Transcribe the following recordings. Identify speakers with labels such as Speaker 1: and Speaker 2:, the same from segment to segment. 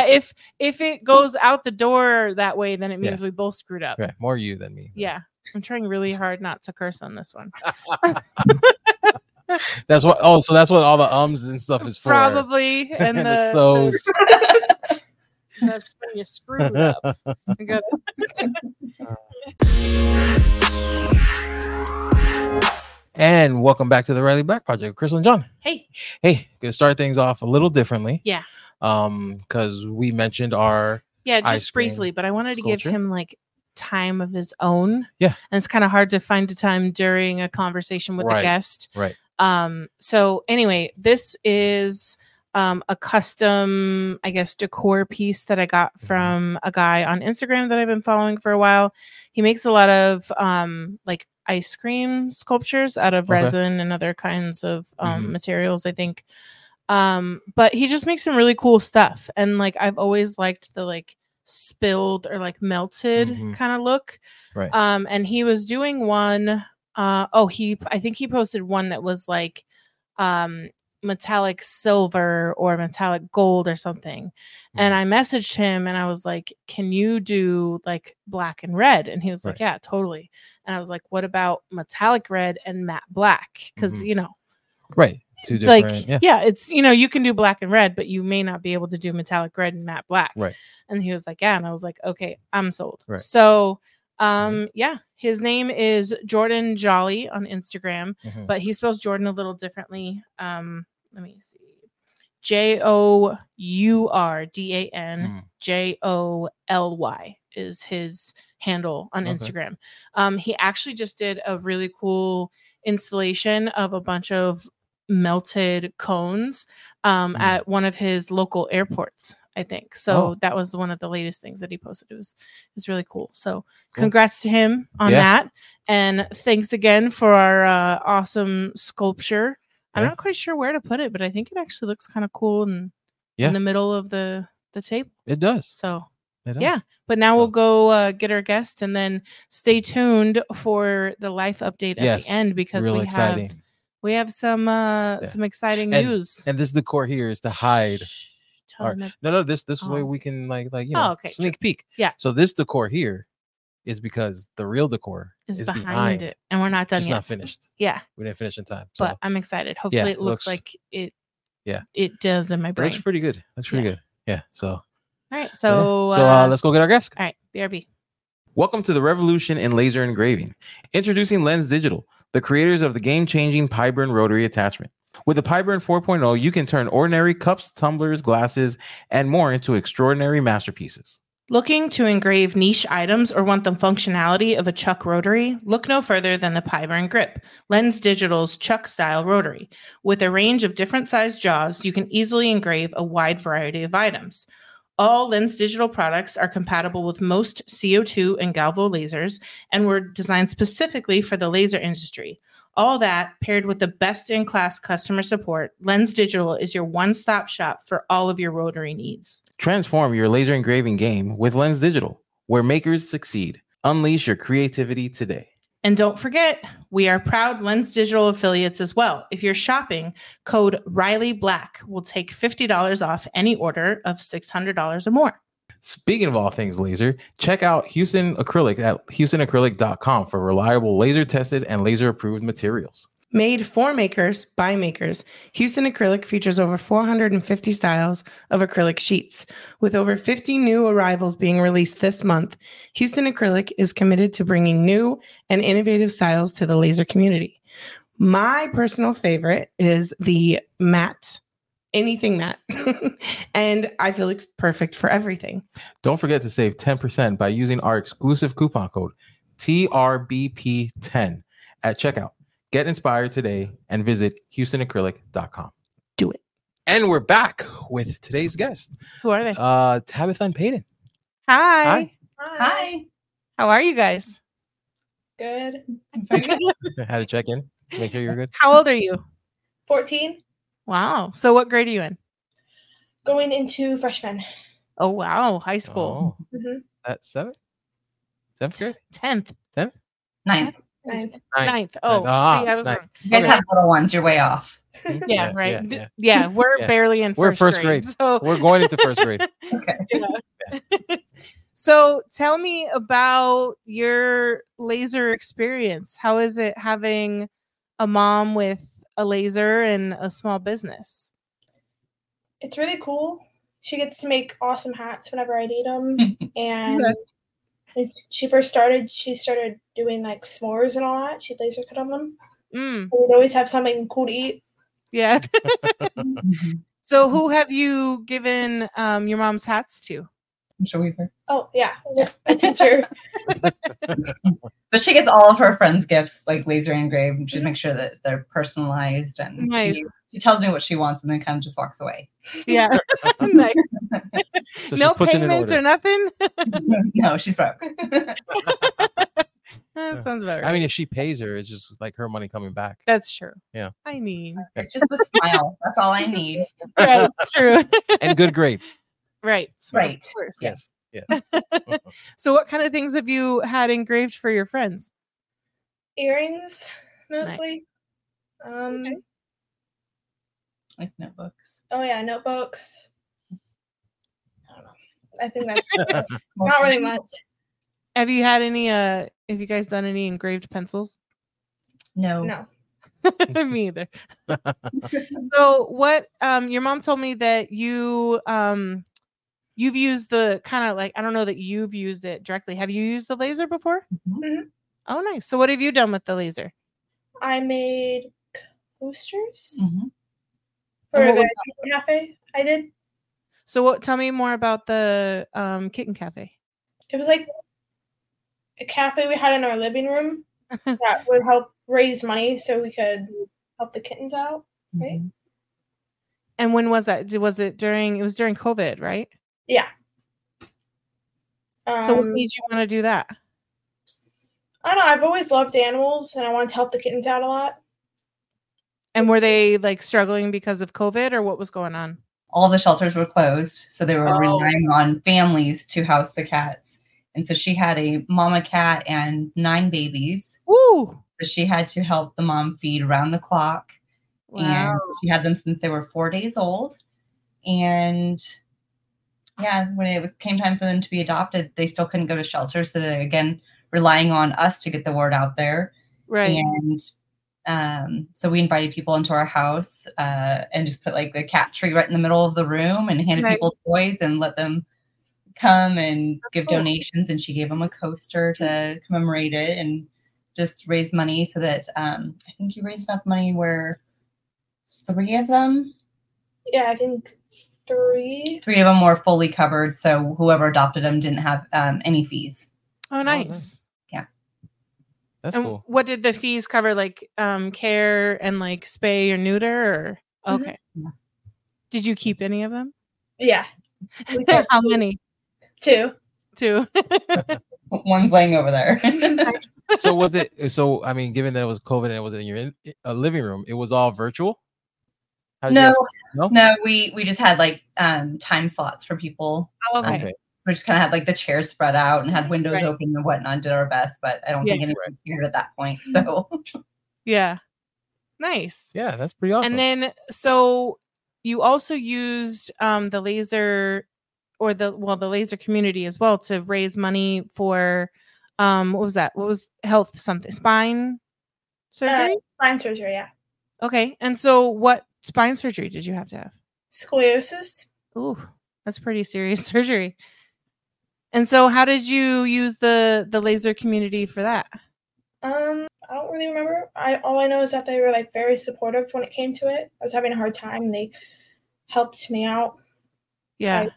Speaker 1: if if it goes out the door that way, then it means we both screwed up.
Speaker 2: Right. More you than me.
Speaker 1: Yeah. I'm trying really hard not to curse on this one.
Speaker 2: That's what. Oh, so that's what all the ums and stuff is for.
Speaker 1: Probably and
Speaker 2: And
Speaker 1: the,
Speaker 2: it's so-
Speaker 1: the- that's when you screwed up. You gotta-
Speaker 2: and welcome back to the Riley Black Project, Crystal and John.
Speaker 1: hey,
Speaker 2: Hey, gonna start things off a little differently.
Speaker 1: Yeah.
Speaker 2: Um, because we mentioned our
Speaker 1: yeah,
Speaker 2: Ice
Speaker 1: just briefly, but I wanted to give
Speaker 2: sculpture.
Speaker 1: him like time of his own.
Speaker 2: Yeah.
Speaker 1: And it's kind of hard to find a time during a conversation with
Speaker 2: Right,
Speaker 1: a guest.
Speaker 2: right.
Speaker 1: Um, so anyway, this is um a custom, I guess, decor piece that I got
Speaker 2: Mhm.
Speaker 1: from a guy on Instagram that I've been following for a while. He makes a lot of um like ice cream sculptures out of
Speaker 2: Okay.
Speaker 1: resin and other kinds of um
Speaker 2: Mhm.
Speaker 1: materials, I think. um but he just makes some really cool stuff and like i've always liked the like spilled or like melted
Speaker 2: Mhm.
Speaker 1: kind of look
Speaker 2: Right.
Speaker 1: um and he was doing one uh oh he i think he posted one that was like um metallic silver or metallic gold or something and
Speaker 2: Mm-hmm.
Speaker 1: i messaged him and i was like can you do like black and red and he was like
Speaker 2: Right.
Speaker 1: yeah totally and i was like what about metallic red and matte black because
Speaker 2: Mhm.
Speaker 1: you know
Speaker 2: right two different.
Speaker 1: like
Speaker 2: yeah.
Speaker 1: yeah. it's you know you can do black and red but you may not be able to do metallic red and matte black
Speaker 2: Right.
Speaker 1: and he was like yeah and i was like okay i'm sold
Speaker 2: Right. Mm-hmm.
Speaker 1: so um yeah his name is jordan jolly on instagram
Speaker 2: Mhm.
Speaker 1: but he spells jordan a little differently um let me see J O U R D A N
Speaker 2: Mm.
Speaker 1: J O L Y is his handle on
Speaker 2: Okay.
Speaker 1: Instagram. Um, he actually just did a really cool installation of a bunch of melted cones um,
Speaker 2: Mm.
Speaker 1: at one of his local airports. I think so.
Speaker 2: Oh.
Speaker 1: That was one of the latest things that he posted. It was it was really cool. So
Speaker 2: Cool.
Speaker 1: congrats to him on
Speaker 2: Yeah.
Speaker 1: that, and thanks again for our uh, awesome sculpture. I'm
Speaker 2: Yeah.
Speaker 1: not quite sure where to put it, but I think it actually looks kind of cool and
Speaker 2: Yeah.
Speaker 1: in the middle of the the table.
Speaker 2: It does.
Speaker 1: So,
Speaker 2: It does.
Speaker 1: yeah. But now
Speaker 2: Oh.
Speaker 1: we'll go uh, get our guest, and then stay tuned for the life update at
Speaker 2: Yes,
Speaker 1: the end because
Speaker 2: Real
Speaker 1: we
Speaker 2: exciting.
Speaker 1: have we have some uh,
Speaker 2: Yeah.
Speaker 1: some exciting
Speaker 2: And-
Speaker 1: news
Speaker 2: And this decor here is to hide.
Speaker 1: Shh, tell
Speaker 2: our-
Speaker 1: them it-
Speaker 2: No, no, this this way
Speaker 1: Oh.
Speaker 2: we can like like you
Speaker 1: Oh,
Speaker 2: know
Speaker 1: okay, sure.
Speaker 2: sneak peek.
Speaker 1: Yeah.
Speaker 2: So this decor here is because the real decor
Speaker 1: is behind, it, and we're not done
Speaker 2: Just
Speaker 1: yet.
Speaker 2: not finished.
Speaker 1: yeah,
Speaker 2: We didn't finish in time. So
Speaker 1: but I'm excited. Hopefully,
Speaker 2: it
Speaker 1: it looks,
Speaker 2: looks-
Speaker 1: like it.
Speaker 2: yeah.
Speaker 1: it does in my
Speaker 2: it
Speaker 1: brain.
Speaker 2: looks pretty good. Looks pretty good. Yeah. So
Speaker 1: All right,
Speaker 2: yeah.
Speaker 1: so
Speaker 2: so uh, let's go get our guest.
Speaker 1: all right, brb.
Speaker 2: Welcome to the revolution in laser engraving. Introducing Lens Digital, the creators of the game changing Pyburn rotary attachment. With the Pyburn 4.0, you can turn ordinary cups, tumblers, glasses, and more into extraordinary masterpieces.
Speaker 1: Looking to engrave niche items or want the functionality of a Chuck rotary? Look no further than the Pyburn Grip, Lens Digital's Chuck style rotary. With a range of different sized jaws, you can easily engrave a wide variety of items. All Lens Digital products are compatible with most CO2 and Galvo lasers and were designed specifically for the laser industry. All that paired with the best in class customer support, Lens Digital is your one stop shop for all of your rotary needs.
Speaker 2: Transform your laser engraving game with Lens Digital, where makers succeed. Unleash your creativity today.
Speaker 1: And don't forget, we are proud Lens Digital affiliates as well. If you're shopping, code Riley Black will take $50 off any order of $600 or more.
Speaker 2: Speaking of all things laser, check out Houston Acrylic at houstonacrylic.com for reliable laser tested and laser approved materials.
Speaker 1: Made for makers by makers, Houston Acrylic features over 450 styles of acrylic sheets. With over 50 new arrivals being released this month, Houston Acrylic is committed to bringing new and innovative styles to the laser community. My personal favorite is the matte, anything matte, and I feel it's perfect for everything.
Speaker 2: Don't forget to save 10% by using our exclusive coupon code TRBP10 at checkout. Get inspired today and visit houstonacrylic.com.
Speaker 1: Do it.
Speaker 2: And we're back with today's guest,
Speaker 1: Who are they?
Speaker 2: uh, Tabitha and Payton.
Speaker 1: Hi.
Speaker 3: Hi.
Speaker 1: How are you guys?
Speaker 3: Good. Very good.
Speaker 2: Had to check in, make sure you're good.
Speaker 1: How old are you?
Speaker 3: 14.
Speaker 1: Wow. So, what grade are you in?
Speaker 3: Going into freshman.
Speaker 1: Oh wow, high school.
Speaker 2: Oh,
Speaker 3: Mhm.
Speaker 2: that's seven? Seventh grade?
Speaker 1: Tenth,
Speaker 4: Ninth.
Speaker 3: Ninth.
Speaker 2: Ninth.
Speaker 1: ninth. Oh,
Speaker 2: Ah,
Speaker 1: see, I was
Speaker 2: ninth.
Speaker 1: wrong.
Speaker 4: You guys
Speaker 1: Okay.
Speaker 4: have little ones. You're way off.
Speaker 2: ah, Hmm?
Speaker 1: Yeah, right.
Speaker 2: yeah,
Speaker 1: D-
Speaker 2: yeah.
Speaker 1: Yeah, we're
Speaker 2: Yeah.
Speaker 1: barely in
Speaker 2: We're
Speaker 1: first,
Speaker 2: first
Speaker 1: grade.
Speaker 2: grade.
Speaker 1: So
Speaker 2: We're going into first grade.
Speaker 4: Okay.
Speaker 1: So tell me about your laser experience. How is it having a mom with a laser and a small business?
Speaker 3: It's really cool. She gets to make awesome hats whenever I need them. and
Speaker 1: Yeah.
Speaker 3: when she first started, she started doing like s'mores and all that. She'd laser cut on them.
Speaker 1: Mm,
Speaker 3: We'd always have something cool to eat.
Speaker 1: yeah.
Speaker 4: Mhm.
Speaker 1: So who have you given um, your mom's hats to?
Speaker 4: I'm sure we've heard.
Speaker 3: Oh yeah, a teacher.
Speaker 4: But she gets all of her friends' gifts, like laser engraved.
Speaker 3: Mm-hmm.
Speaker 4: She makes sure that they're personalized, and
Speaker 1: Nice.
Speaker 4: she, she tells me what she wants, and then kind of just walks away.
Speaker 1: Yeah. Nice.
Speaker 2: So
Speaker 1: no
Speaker 2: she puts it in
Speaker 1: payments
Speaker 2: order.
Speaker 1: or nothing.
Speaker 4: no, she's broke.
Speaker 1: That sounds about right.
Speaker 2: I mean, if she pays her, it's just like her money coming back.
Speaker 1: that's true.
Speaker 2: Yeah.
Speaker 1: I mean,
Speaker 4: it's just the smile. That's all I need.
Speaker 1: right, true.
Speaker 2: And good grades.
Speaker 1: Right. of
Speaker 4: Right.
Speaker 1: course.
Speaker 2: Yes. Yeah.
Speaker 1: So what kind of things have you had engraved for your friends?
Speaker 3: Earrings mostly. Um.
Speaker 1: Okay.
Speaker 4: Like notebooks.
Speaker 3: Oh yeah, notebooks. I don't know. I think that's not really much.
Speaker 1: Have you had any uh have you guys done any engraved pencils?
Speaker 4: No.
Speaker 3: No.
Speaker 1: Me either. so what um your mom told me that you um you've used the kind of like I don't know that you've used it directly. Have you used the laser before?
Speaker 4: Mhm.
Speaker 3: Mhm.
Speaker 1: Oh nice. So what have you done with the laser?
Speaker 3: I made coasters
Speaker 4: Mhm.
Speaker 3: for
Speaker 1: Mm-hmm. And what
Speaker 3: the kitten cafe. I did.
Speaker 1: So what tell me more about the um kitten cafe.
Speaker 3: It was like a cafe we had in our living room that would help raise money so we could help the kittens out. Right?
Speaker 4: Mhm.
Speaker 1: And when was that? Did- Was it during it was during COVID, right?
Speaker 3: Um,
Speaker 1: so what made you want to do that?
Speaker 3: I don't know. I've always loved animals, and I wanted to help the kittens out a lot.
Speaker 1: And were they like struggling because of COVID or what was going on?
Speaker 4: All the shelters were closed, so they were
Speaker 1: Oh.
Speaker 4: relying on families to house the cats. And so she had a mama cat and nine babies.
Speaker 1: Woo!
Speaker 4: So she had to help the mom feed around the clock.
Speaker 1: Wow.
Speaker 4: And she had them since they were four days old. And yeah, when it was, came time for them to be adopted, they still couldn't go to shelter. So they're again relying on us to get the word out there.
Speaker 1: right.
Speaker 4: And um, so we invited people into our house uh, and just put like the cat tree right in the middle of the room and handed
Speaker 1: Nice.
Speaker 4: people toys and let them come and give
Speaker 1: cool.
Speaker 4: donations. And she gave them a coaster to commemorate it and just raise money so that um, I think you raised enough money where three of them,
Speaker 3: Yeah, I think three.
Speaker 4: three of them were fully covered. So whoever adopted them didn't have um, any fees.
Speaker 1: Oh, nice.
Speaker 4: Yeah.
Speaker 2: That's
Speaker 1: And
Speaker 2: cool.
Speaker 1: what did the fees cover? Like um care and like spay or neuter or
Speaker 3: Mhm.
Speaker 1: okay.
Speaker 4: Yeah.
Speaker 1: Did you keep any of them?
Speaker 3: Yeah, We kept
Speaker 1: How many?
Speaker 3: two.
Speaker 1: Two.
Speaker 4: One's laying over there.
Speaker 2: So was it? uh, So I mean, given that it was COVID and it was in your in, a living room, it was all virtual. How did you
Speaker 4: no,
Speaker 2: guys- no?
Speaker 4: no, we we just had like um, time slots for people.
Speaker 1: Oh, okay.
Speaker 2: Okay.
Speaker 4: We just kind of had like the chairs spread out and had windows
Speaker 1: Right.
Speaker 4: open and whatnot. and Did our best, but I don't
Speaker 1: Yeah. Mm-hmm.
Speaker 4: think anyone cared at that point. So
Speaker 1: Yeah. Nice.
Speaker 2: Yeah, that's pretty awesome.
Speaker 1: And then so you also used um the laser or the well the laser community as well to raise money for um what was that? What was health something spine surgery?
Speaker 3: Spine surgery. Yeah,
Speaker 1: Okay. And so what spine surgery did you have to have?
Speaker 3: scoliosis.
Speaker 1: Ooh, that's pretty serious surgery. And so how did you use the the laser community for that?
Speaker 3: Um, I don't really remember. I all I know is that they were like very supportive when it came to it. I was having a hard time, and they helped me out.
Speaker 1: Yeah.
Speaker 3: Right.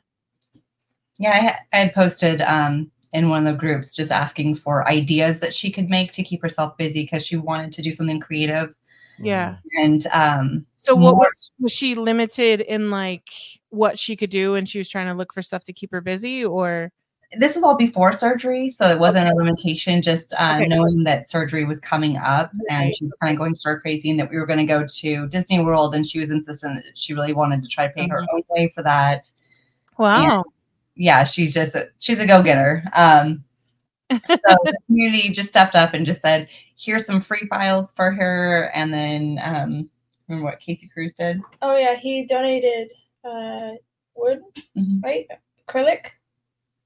Speaker 4: yeah, I, ha- I had posted um, in one of the groups just asking for ideas that she could make to keep herself busy because she wanted to do something creative.
Speaker 1: yeah.
Speaker 2: Mm.
Speaker 4: And um,
Speaker 1: So what
Speaker 4: more-
Speaker 1: was was she limited in like what she could do and she was trying to look for stuff to keep her busy or
Speaker 4: this was all before surgery, so it wasn't a limitation. Just uh,
Speaker 1: Okay.
Speaker 4: knowing that surgery was coming up,
Speaker 1: Right.
Speaker 4: and she was kind of going stir crazy, and that we were going to go to Disney World, and she was insistent that she really wanted to try to pay her
Speaker 1: Mm-hmm.
Speaker 4: own way for that.
Speaker 1: wow.
Speaker 4: yeah, she's just a, she's a go getter. Um, so the community just stepped up and just said, "Here's some free files for her," and then um, Remember what Casey Cruz did?
Speaker 3: Oh yeah, he donated uh, wood,
Speaker 4: Mhm.
Speaker 3: right? Acrylic.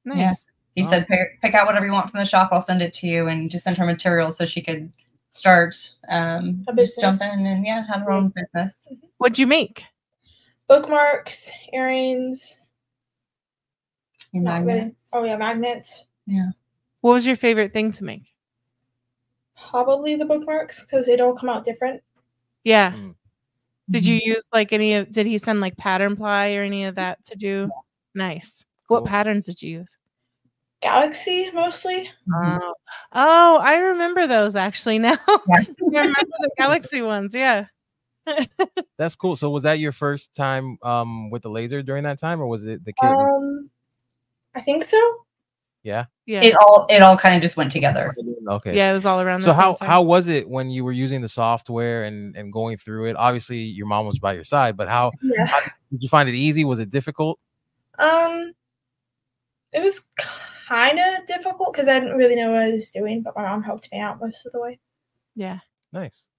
Speaker 1: Nice.
Speaker 4: He said, "Pick- pick out whatever you want from the shop. I'll send it to you, and just send her materials so she could start um,
Speaker 3: A
Speaker 4: just jump
Speaker 3: business.
Speaker 4: in and yeah, have her own business.
Speaker 1: What'd you make?
Speaker 3: Bookmarks, earrings.
Speaker 4: Your
Speaker 3: Not really.
Speaker 4: magnets.
Speaker 3: Oh yeah, magnets.
Speaker 1: What was your favorite thing to make?
Speaker 3: Probably the bookmarks because they don't come out different.
Speaker 1: Yeah. Did
Speaker 4: Mhm.
Speaker 1: you use like any of did he send like pattern ply or any of that to do? Nice. What
Speaker 2: Cool.
Speaker 1: patterns did you use?
Speaker 3: Galaxy mostly.
Speaker 4: Mhm.
Speaker 1: Oh. oh, I remember those actually now.
Speaker 4: Yeah.
Speaker 1: I remember the galaxy ones, yeah.
Speaker 2: That's cool. So was that your first time um with the laser during that time, or was it the
Speaker 1: Uh,
Speaker 2: kitten?
Speaker 3: Um, I think so.
Speaker 1: Yeah.
Speaker 4: It all it all kind of just went together.
Speaker 2: okay.
Speaker 1: Yeah, it was all around the
Speaker 2: So
Speaker 1: same
Speaker 2: how
Speaker 1: time.
Speaker 2: how was it when you were using the software and and going through it? Obviously, your mom was by your side, but how
Speaker 3: Yeah.
Speaker 2: did you find it easy? Was it difficult?
Speaker 3: Um, it was kind of difficult because I didn't really know what I was doing, but my mom helped me out most of the way.
Speaker 1: Yeah.
Speaker 2: Nice.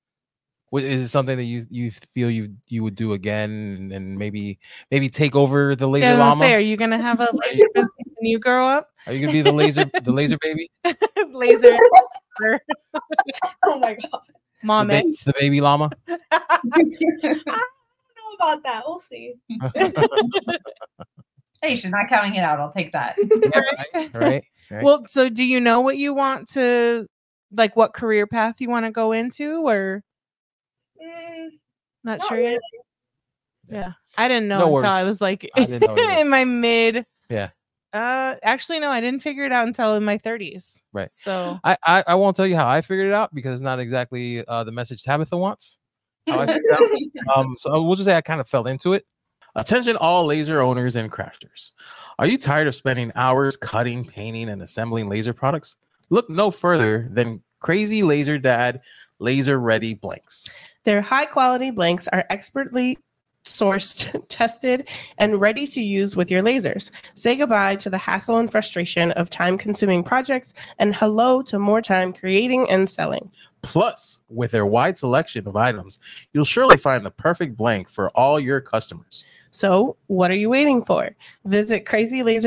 Speaker 2: Wa- Is it something that you you feel you you would do again and, and maybe maybe take over the laser
Speaker 1: yeah I was gonna
Speaker 2: llama?
Speaker 1: say, are you gonna have a laser business when you grow up?
Speaker 2: Are you gonna be the laser the laser baby?
Speaker 1: laser
Speaker 3: Oh my god,
Speaker 2: The,
Speaker 1: mom
Speaker 2: ba-
Speaker 1: it.
Speaker 2: the baby llama?
Speaker 3: I don't know about that. We'll see.
Speaker 4: hey, she's not counting it out. I'll take that.
Speaker 2: Yeah, right, right. right.
Speaker 1: Well, so do you know what you want to like what career path you want to go into or
Speaker 3: Mm,
Speaker 1: not,
Speaker 3: not
Speaker 1: sure
Speaker 3: really.
Speaker 1: yet? Yeah. I didn't know
Speaker 2: No
Speaker 1: until
Speaker 2: worries.
Speaker 1: I was like
Speaker 2: I didn't know either.
Speaker 1: in my mid
Speaker 2: Yeah.
Speaker 1: Uh actually no, I didn't figure it out until in my 30s.
Speaker 2: Right.
Speaker 1: So
Speaker 2: I, I I won't tell you how I figured it out because it's not exactly uh, the message Tabitha wants. How
Speaker 1: Oh,
Speaker 2: I figured it out. Um, so we'll just say I kind of fell into it. Attention, all laser owners and crafters. Are you tired of spending hours cutting, painting, and assembling laser products? Look no further than Crazy Laser Dad Laser Ready Blanks.
Speaker 5: Their high quality blanks are expertly sourced, tested, and ready to use with your lasers. Say goodbye to the hassle and frustration of time consuming projects and hello to more time creating and selling.
Speaker 2: Plus, with their wide selection of items, you'll surely find the perfect blank for all your customers.
Speaker 5: So, what are you waiting for? Visit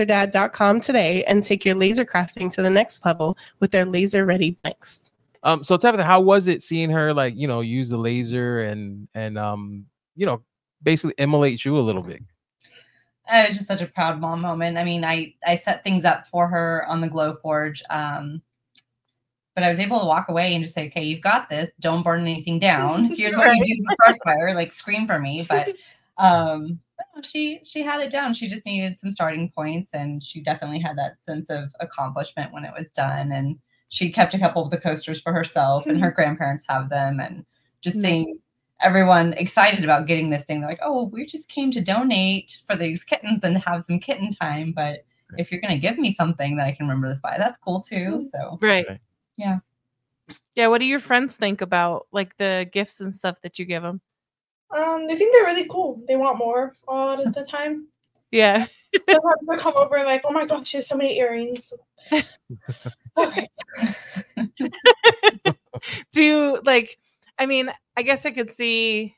Speaker 5: crazylazerdad.com today and take your laser crafting to the next level with their laser ready blanks.
Speaker 2: Um, so Tabitha, how was it seeing her like you know use the laser and and um you know basically emulate you a little bit?
Speaker 4: Uh, It was just such a proud mom moment. I mean, I I set things up for her on the glow forge, um, but I was able to walk away and just say, "Okay, you've got this. Don't burn anything down. Here's what you do with crossfire. Like scream for me." But um, no, she she had it down. She just needed some starting points, and she definitely had that sense of accomplishment when it was done. And she kept a couple of the coasters for herself, and her grandparents have them, and just
Speaker 1: Nice.
Speaker 4: seeing everyone excited about getting this thing. They're like, oh, we just came to donate for these kittens and have some kitten time. But if you're going to give me something that I can remember this by, that's cool too. So
Speaker 1: right.
Speaker 2: Right.
Speaker 4: Yeah.
Speaker 1: Yeah, what do your friends think about like the gifts and stuff that you give them?
Speaker 3: Um, they think they're really cool. They want more a lot of the time.
Speaker 1: Yeah.
Speaker 3: Sometimes they come over and like, oh my gosh, she has so many earrings. Mm-hmm. okay.
Speaker 1: do you, like i mean i guess i could see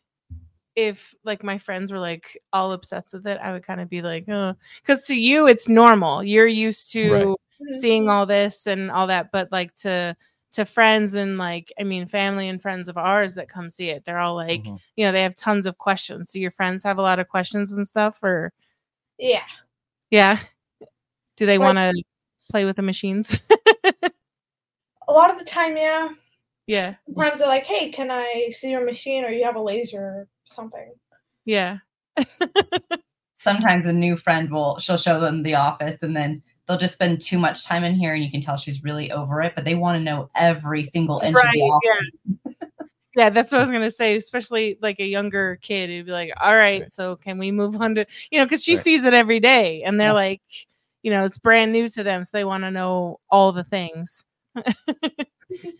Speaker 1: if like my friends were like all obsessed with it i would kind of be like oh because to you it's normal you're used to
Speaker 2: Right.
Speaker 3: Mm-hmm.
Speaker 1: seeing all this and all that but like to to friends and like i mean family and friends of ours that come see it they're all like
Speaker 2: Mhm.
Speaker 1: you know they have tons of questions do your friends have a lot of questions and stuff or
Speaker 3: Yeah.
Speaker 1: yeah do they
Speaker 3: My-
Speaker 1: want to play with the machines
Speaker 3: A lot of the time, yeah.
Speaker 1: yeah
Speaker 3: Sometimes they're like, hey, can I see your machine or you have a laser or something?
Speaker 1: yeah
Speaker 4: sometimes a new friend will, she'll show them the office and then they'll just spend too much time in here and you can tell she's really over it, but they want to know every single inch of the
Speaker 1: Right,
Speaker 4: office.
Speaker 1: Yeah, that's what I was gonna say. Especially like a younger kid, it'd be like, "All right,
Speaker 2: Right.
Speaker 1: so can we move on to you know?" Because she
Speaker 2: Right.
Speaker 1: sees it every day, and they're
Speaker 4: Yeah.
Speaker 1: like, you know, it's brand new to them, so they want to know all the things.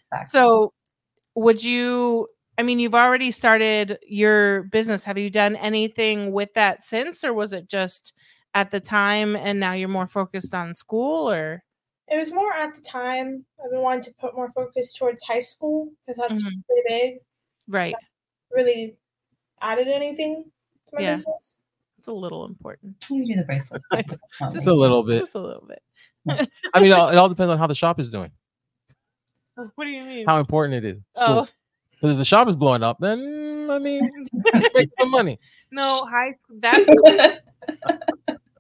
Speaker 4: Fact.
Speaker 1: So, would you? I mean, you've already started your business. Have you done anything with that since, or was it just at the time, and now you're more focused on school? Or
Speaker 3: It was more at the time. I've been wanting to put
Speaker 1: Mm-hmm.
Speaker 3: more focus towards high school because that's
Speaker 1: Mhm.
Speaker 3: really big.
Speaker 1: right,
Speaker 3: Really, added anything to my
Speaker 1: Yeah.
Speaker 3: business.
Speaker 1: It's a little important.
Speaker 4: You do the bracelet.
Speaker 2: Just a little bit.
Speaker 1: Just a little bit.
Speaker 2: I mean, it all it all depends on how the shop is doing,
Speaker 1: What do you mean?
Speaker 2: how important it is. It's cool.
Speaker 1: oh
Speaker 2: 'Cause if the shop is blowing up, then I mean, take some money.
Speaker 1: no, high school. That's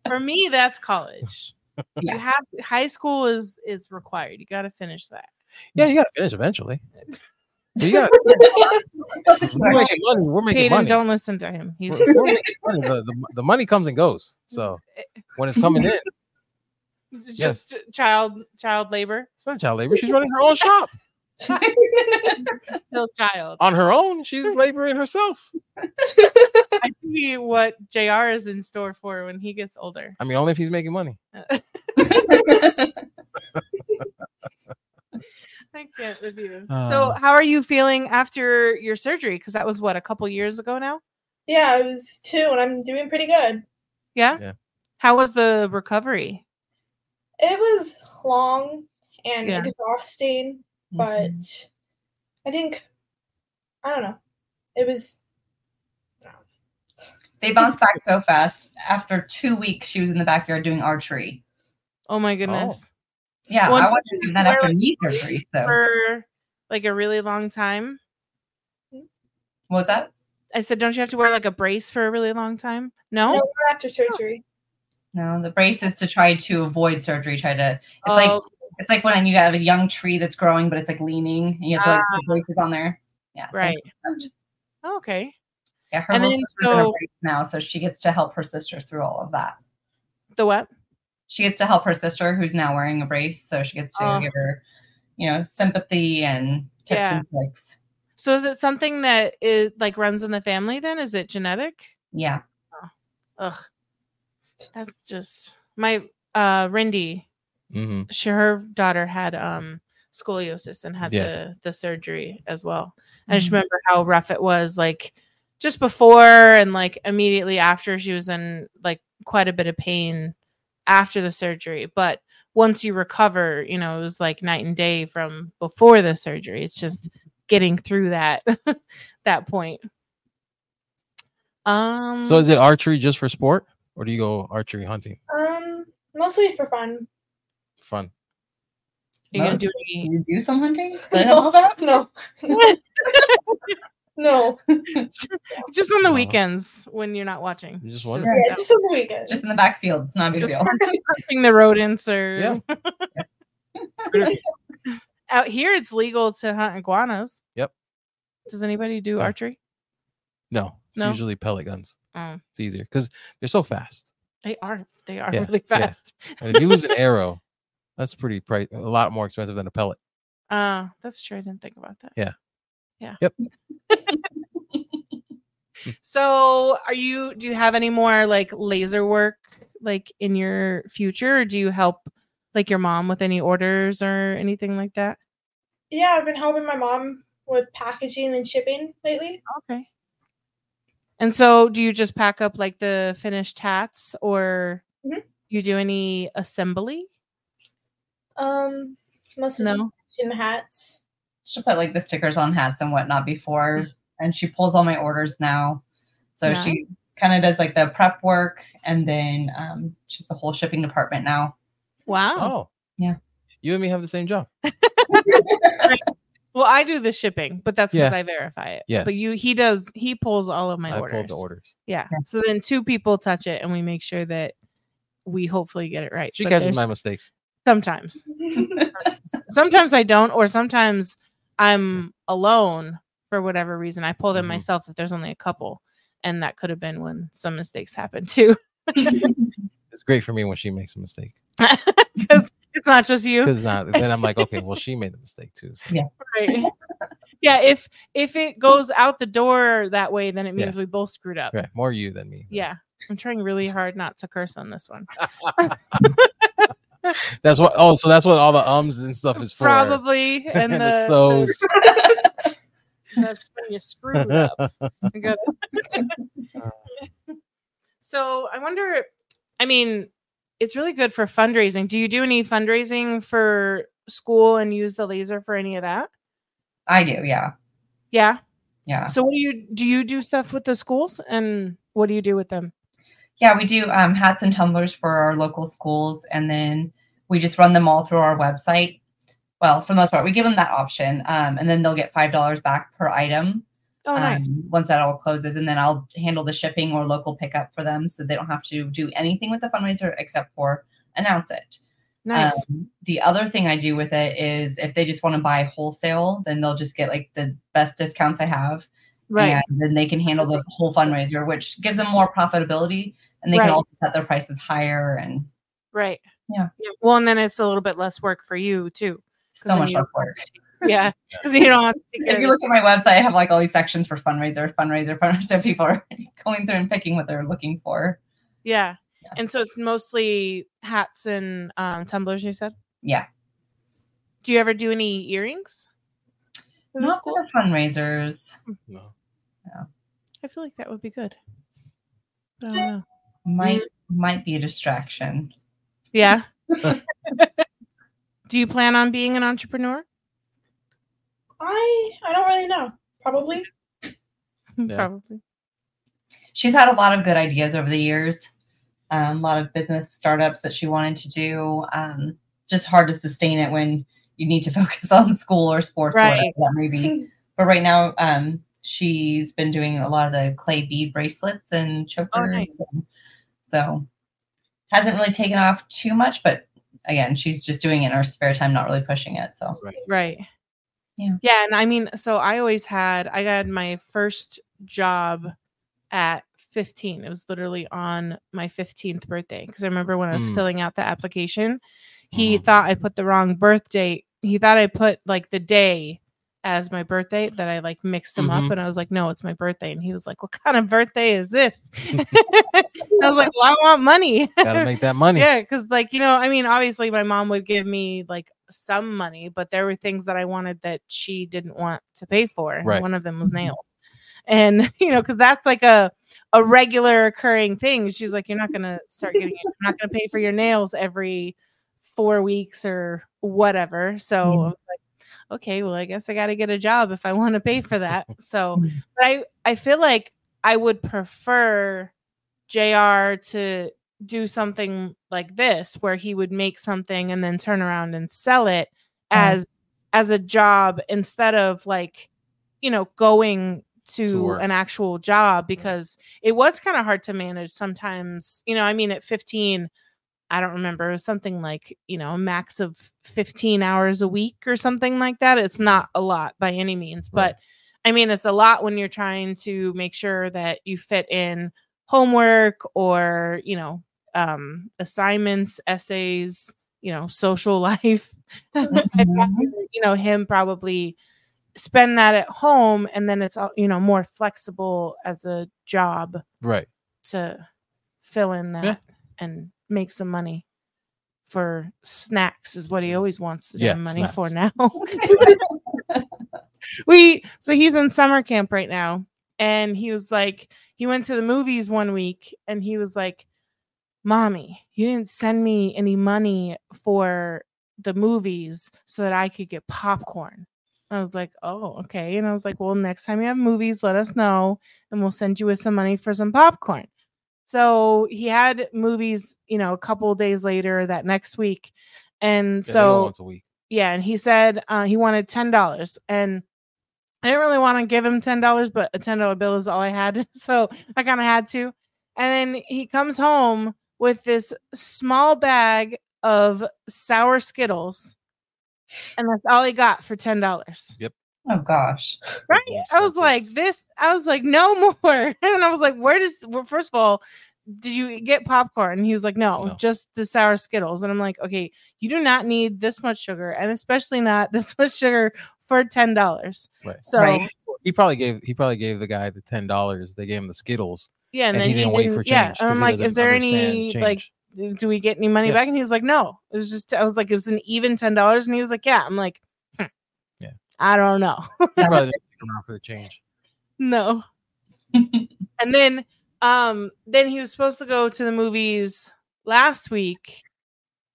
Speaker 1: for me. That's college.
Speaker 4: Yeah.
Speaker 1: You have high school is is required. You got to finish that.
Speaker 2: Yeah, you gotta finish eventually. You got
Speaker 4: That's a cute
Speaker 2: we're making
Speaker 4: idea.
Speaker 2: money. We're making
Speaker 1: Peyton,
Speaker 2: money.
Speaker 1: don't listen to him. He's
Speaker 2: We're- we're making money. The, the, the money comes and goes. So when it's coming in,
Speaker 1: it's
Speaker 2: Yes.
Speaker 1: just child child labor.
Speaker 2: it's not child labor. She's running her own shop
Speaker 1: Still child.
Speaker 2: on her own. She's laboring herself.
Speaker 1: I see what Jr. is in store for when he gets older.
Speaker 2: I mean, only if he's making money.
Speaker 1: I can't with you. so,
Speaker 2: Uh.
Speaker 1: how are you feeling after your surgery? Because that was what a couple years ago now.
Speaker 3: Yeah, I was two, and I'm doing pretty good.
Speaker 1: Yeah.
Speaker 2: Yeah.
Speaker 1: How was the recovery?
Speaker 3: It was long and
Speaker 1: Yeah.
Speaker 3: exhausting, but
Speaker 1: Mm-hmm.
Speaker 3: I think I don't know. It was
Speaker 4: they bounced back so fast. After two weeks, she was in the backyard doing archery.
Speaker 1: Oh my goodness.
Speaker 4: Yeah,
Speaker 1: Well,
Speaker 4: I watched her do that after knee surgery. So what
Speaker 1: For like a really long time.
Speaker 4: was that?
Speaker 1: I said, don't you have to wear like a brace for a really long time? No.
Speaker 3: no, we're after surgery.
Speaker 4: No, the brace is to try to avoid surgery. Try to it's
Speaker 1: Oh,
Speaker 4: like it's like when you have a young tree that's growing, but it's like leaning, and you have to like put braces on there. Yeah, so-
Speaker 1: Ah. right. Oh, Okay.
Speaker 4: Yeah, her
Speaker 1: And
Speaker 4: little
Speaker 1: then
Speaker 4: sister's in a
Speaker 1: so-
Speaker 4: brace now, so she gets to help her sister through all of that.
Speaker 1: The what?
Speaker 4: She gets to help her sister, who's now wearing a brace, so she gets to
Speaker 1: Oh.
Speaker 4: give her, you know, sympathy and tips
Speaker 1: Yeah.
Speaker 4: and tricks.
Speaker 1: So is it something that is like runs in the family then? Is it genetic?
Speaker 4: Yeah,
Speaker 1: Ugh. That's just my uh Rindy,
Speaker 2: hmm
Speaker 1: she, her daughter had um scoliosis and had
Speaker 2: Yeah.
Speaker 1: the, the surgery as well. I
Speaker 2: Mm.
Speaker 1: just remember how rough it was like just before and like immediately after she was in like quite a bit of pain after the surgery. But once you recover, you know, it was like night and day from before the surgery. It's just getting through that that point. Um
Speaker 2: So is it archery just for sport, or do you go archery hunting?
Speaker 3: Um, mostly for fun.
Speaker 2: Fun.
Speaker 1: you gonna
Speaker 4: Most-
Speaker 1: do
Speaker 4: Do
Speaker 1: any
Speaker 4: you do some hunting?
Speaker 3: No, no, no.
Speaker 1: just on the
Speaker 2: No.
Speaker 1: weekends when you're not watching.
Speaker 2: I'm just
Speaker 1: Yeah,
Speaker 2: wondering.
Speaker 3: Yeah, just on the weekend.
Speaker 4: Just in the backfield. It's not a big
Speaker 1: Just
Speaker 4: deal.
Speaker 1: punching the rodents or
Speaker 2: Yeah.
Speaker 1: out here it's legal to hunt iguanas.
Speaker 2: Yep.
Speaker 1: Does anybody do
Speaker 2: Yeah.
Speaker 1: archery?
Speaker 2: No, it's
Speaker 1: No?
Speaker 2: usually pellet guns.
Speaker 1: Um,
Speaker 2: It's easier because they're so fast.
Speaker 1: they are they are
Speaker 2: Yeah,
Speaker 1: really
Speaker 2: yeah.
Speaker 1: fast.
Speaker 2: And if you lose an arrow, that's pretty price a lot more expensive than a pellet.
Speaker 1: Uh that's true. I didn't think about that.
Speaker 2: Yeah.
Speaker 1: Yeah.
Speaker 2: Yep.
Speaker 1: so are you do you have any more like laser work like in your future or do you help like your mom with any orders or anything like that?
Speaker 3: Yeah, I've been helping my mom with packaging and shipping lately.
Speaker 1: Okay. And so, do you just pack up like the finished hats, or
Speaker 2: Mm-hmm.
Speaker 3: Mhm.
Speaker 1: you do any assembly?
Speaker 3: Um, mostly
Speaker 1: No.
Speaker 3: just in hats.
Speaker 4: She'll put like the stickers on hats and whatnot before, and she pulls all my orders now. So she kind of does like the prep work, and then um, she's the whole shipping department now.
Speaker 1: Wow.
Speaker 2: Oh,
Speaker 4: Yeah.
Speaker 2: You and me have the same job.
Speaker 1: Well, I do the shipping, but that's because
Speaker 2: Yeah.
Speaker 1: I verify it.
Speaker 2: Yes.
Speaker 1: But you, he does. He pulls all of my
Speaker 2: I
Speaker 1: orders.
Speaker 2: pulled the orders.
Speaker 1: Yeah.
Speaker 4: Yeah.
Speaker 1: So then two people touch it, and we make sure that we hopefully get it right.
Speaker 2: She
Speaker 1: But
Speaker 2: catches
Speaker 1: there's-
Speaker 2: my mistakes.
Speaker 1: sometimes. sometimes I don't, or sometimes I'm alone for whatever reason. I pull them
Speaker 2: Mhm.
Speaker 1: myself if there's only a couple, and that could have been when some mistakes happened too.
Speaker 2: It's great for me when she makes a mistake
Speaker 1: Because it's not just you.
Speaker 2: because now then I'm like, okay, well she made the mistake too. So.
Speaker 1: Right. yeah, if if it goes out the door that way, then it means we both screwed up.
Speaker 2: Right, more you than me.
Speaker 1: Yeah. I'm trying really hard not to curse on this one.
Speaker 2: that's what. Oh, so that's what all the ums and stuff is for.
Speaker 1: Probably. And,
Speaker 2: And
Speaker 1: the,
Speaker 2: it's so
Speaker 1: the- that's when you screwed up. I got it. so I wonder. I mean, it's really good for fundraising. Do you do any fundraising for school and use the laser for any of that?
Speaker 4: I do, yeah.
Speaker 1: Yeah.
Speaker 4: Yeah.
Speaker 1: So what do you do? You do stuff with the schools, and what do you do with them?
Speaker 4: Yeah, we do um, hats and tumblers for our local schools, and then we just run them all through our website. Well, for the most part, we give them that option, um, and then they'll get five dollars back per item
Speaker 1: Oh, nice.
Speaker 4: um, once that all closes, and then I'll handle the shipping or local pickup for them, so they don't have to do anything with the fundraiser except for announce it.
Speaker 1: nice.
Speaker 4: Um, the other thing I do with it is if they just want to buy wholesale, then they'll just get like the best discounts I have.
Speaker 1: right.
Speaker 4: And then they can handle the whole fundraiser, which gives them more profitability and they
Speaker 1: Right.
Speaker 4: can also set their prices higher and
Speaker 1: Right.
Speaker 4: Yeah.
Speaker 1: Well, and then it's a little bit less work for you too.
Speaker 4: so
Speaker 1: then
Speaker 4: much
Speaker 1: you
Speaker 4: less
Speaker 1: don't
Speaker 4: work.
Speaker 1: Yeah. Because you don't have to take care
Speaker 4: If
Speaker 1: of
Speaker 4: you
Speaker 1: your-
Speaker 4: look at my website, I have like all these sections for fundraiser, fundraiser, fundraiser. People are going through and picking what they're looking for.
Speaker 1: Yeah.
Speaker 4: Yeah.
Speaker 1: And so it's mostly hats and um, tumblers, you said?
Speaker 4: Yeah.
Speaker 1: Do you ever do any earrings? for the
Speaker 4: Not
Speaker 1: school?
Speaker 4: for fundraisers.
Speaker 2: No.
Speaker 1: I feel like that would be good. But I don't know.
Speaker 4: Might
Speaker 1: Mm.
Speaker 4: might be a distraction.
Speaker 1: Yeah. do you plan on being an entrepreneur?
Speaker 3: I I don't really know. Probably.
Speaker 2: Yeah.
Speaker 1: Probably.
Speaker 4: she's had a lot of good ideas over the years um, a lot of business startups that she wanted to do um, just hard to sustain it when you need to focus on school or sports
Speaker 1: Right.
Speaker 4: or whatever that may be but right now um, she's been doing a lot of the clay bead bracelets and chokers
Speaker 1: Oh, nice.
Speaker 4: and- so hasn't really taken off too much but again she's just doing it in her spare time not really pushing it so
Speaker 1: Right.
Speaker 4: Yeah.
Speaker 1: Yeah. And I mean, so I always had, I got my first job at 15. It was literally on my 15th birthday because I remember when I was
Speaker 2: Mm.
Speaker 1: filling out the application, he
Speaker 2: Mhm.
Speaker 1: thought I put the wrong birth date. He thought I put like the day as my birthday that I like mixed them up
Speaker 2: Mhm.
Speaker 1: and I was like, no, it's my birthday. And he was like, what kind of birthday is this? I was like, well, I want money.
Speaker 2: Gotta make that money.
Speaker 1: Yeah, because like you know, I mean, obviously my mom would give me like some money, but there were things that I wanted that she didn't want to pay for. and
Speaker 2: Right. Mm-hmm.
Speaker 1: One of them was
Speaker 4: Mhm.
Speaker 1: nails, and you know, because that's like a a regular occurring thing. She's like, you're not gonna start getting, I'm not gonna pay for your nails every four weeks or whatever. So I
Speaker 2: Mm-hmm.
Speaker 4: Mhm.
Speaker 1: was like, okay, well, I guess I got to get a job if I want to pay for that. So,
Speaker 2: Mm-hmm.
Speaker 4: Mhm.
Speaker 1: but I I feel like I would prefer Jr. to do something like this where he would make something and then turn around and sell it
Speaker 2: Mm.
Speaker 4: Right.
Speaker 1: as as a job instead of like you know going to,
Speaker 2: To work. Mm.
Speaker 1: an actual job because it was kind of hard to manage sometimes you know i mean at 15 i don't remember it was something like you know a max of 15 hours a week or something like that it's not a lot by any means
Speaker 2: Mm. Right.
Speaker 1: but i mean it's a lot when you're trying to make sure that you fit in homework or you know um assignments essays you know social life I'd
Speaker 2: Mm-hmm.
Speaker 1: rather, you know him probably spend that at home and then it's all you know more flexible as a job
Speaker 2: Right.
Speaker 1: to fill in that
Speaker 2: Yeah.
Speaker 1: and make some money for snacks is what he always wants to
Speaker 2: Mm. Yeah,
Speaker 1: have money for now.
Speaker 2: snacks.
Speaker 1: we so he's in summer camp right now and he was like he went to the movies one week and he was like mommy you didn't send me any money for the movies so that I could get popcorn. I was like, oh, okay. And I was like, well, next time you have movies, let us know and we'll send you with some money for some popcorn. So he had movies, you know, a couple days later that next week. And
Speaker 2: Yeah, they go
Speaker 1: so,
Speaker 2: once a week.
Speaker 1: yeah. And he said uh, he wanted $10. And I didn't really want to give him $10, but a $10 bill is all I had. So I kind of had to. And then he comes home with this small bag of sour Skittles. And that's all he got for ten dollars.
Speaker 4: oh gosh
Speaker 1: Right?
Speaker 2: Like,
Speaker 1: I was
Speaker 2: expensive.
Speaker 1: like, this. I was like, no more. And I was like, where does? Well, first of all, did you get popcorn? And he was like, no,
Speaker 2: No.
Speaker 1: just the sour Skittles. And I'm like, okay, you do not need this much sugar, and especially not this much sugar for ten dollars.
Speaker 2: Right.
Speaker 1: So
Speaker 4: Right.
Speaker 2: he probably gave he probably gave the guy the ten dollars. They gave him the Skittles,
Speaker 1: yeah, and,
Speaker 2: and,
Speaker 1: then
Speaker 2: he didn't wait for change.
Speaker 1: Yeah, and
Speaker 2: 'cause
Speaker 1: I'm
Speaker 2: he
Speaker 1: like, is
Speaker 2: doesn't
Speaker 1: there
Speaker 2: understand
Speaker 1: any
Speaker 2: change.
Speaker 1: like do do we get any money
Speaker 2: Yeah.
Speaker 1: back? And he was like, no. It was just, I was like, it was an even ten dollars, and he was like, yeah. I'm like, hmm,
Speaker 2: Yeah.
Speaker 1: I don't know,
Speaker 2: he probably didn't stick around for the change.
Speaker 1: no. and then, um, then he was supposed to go to the movies last week,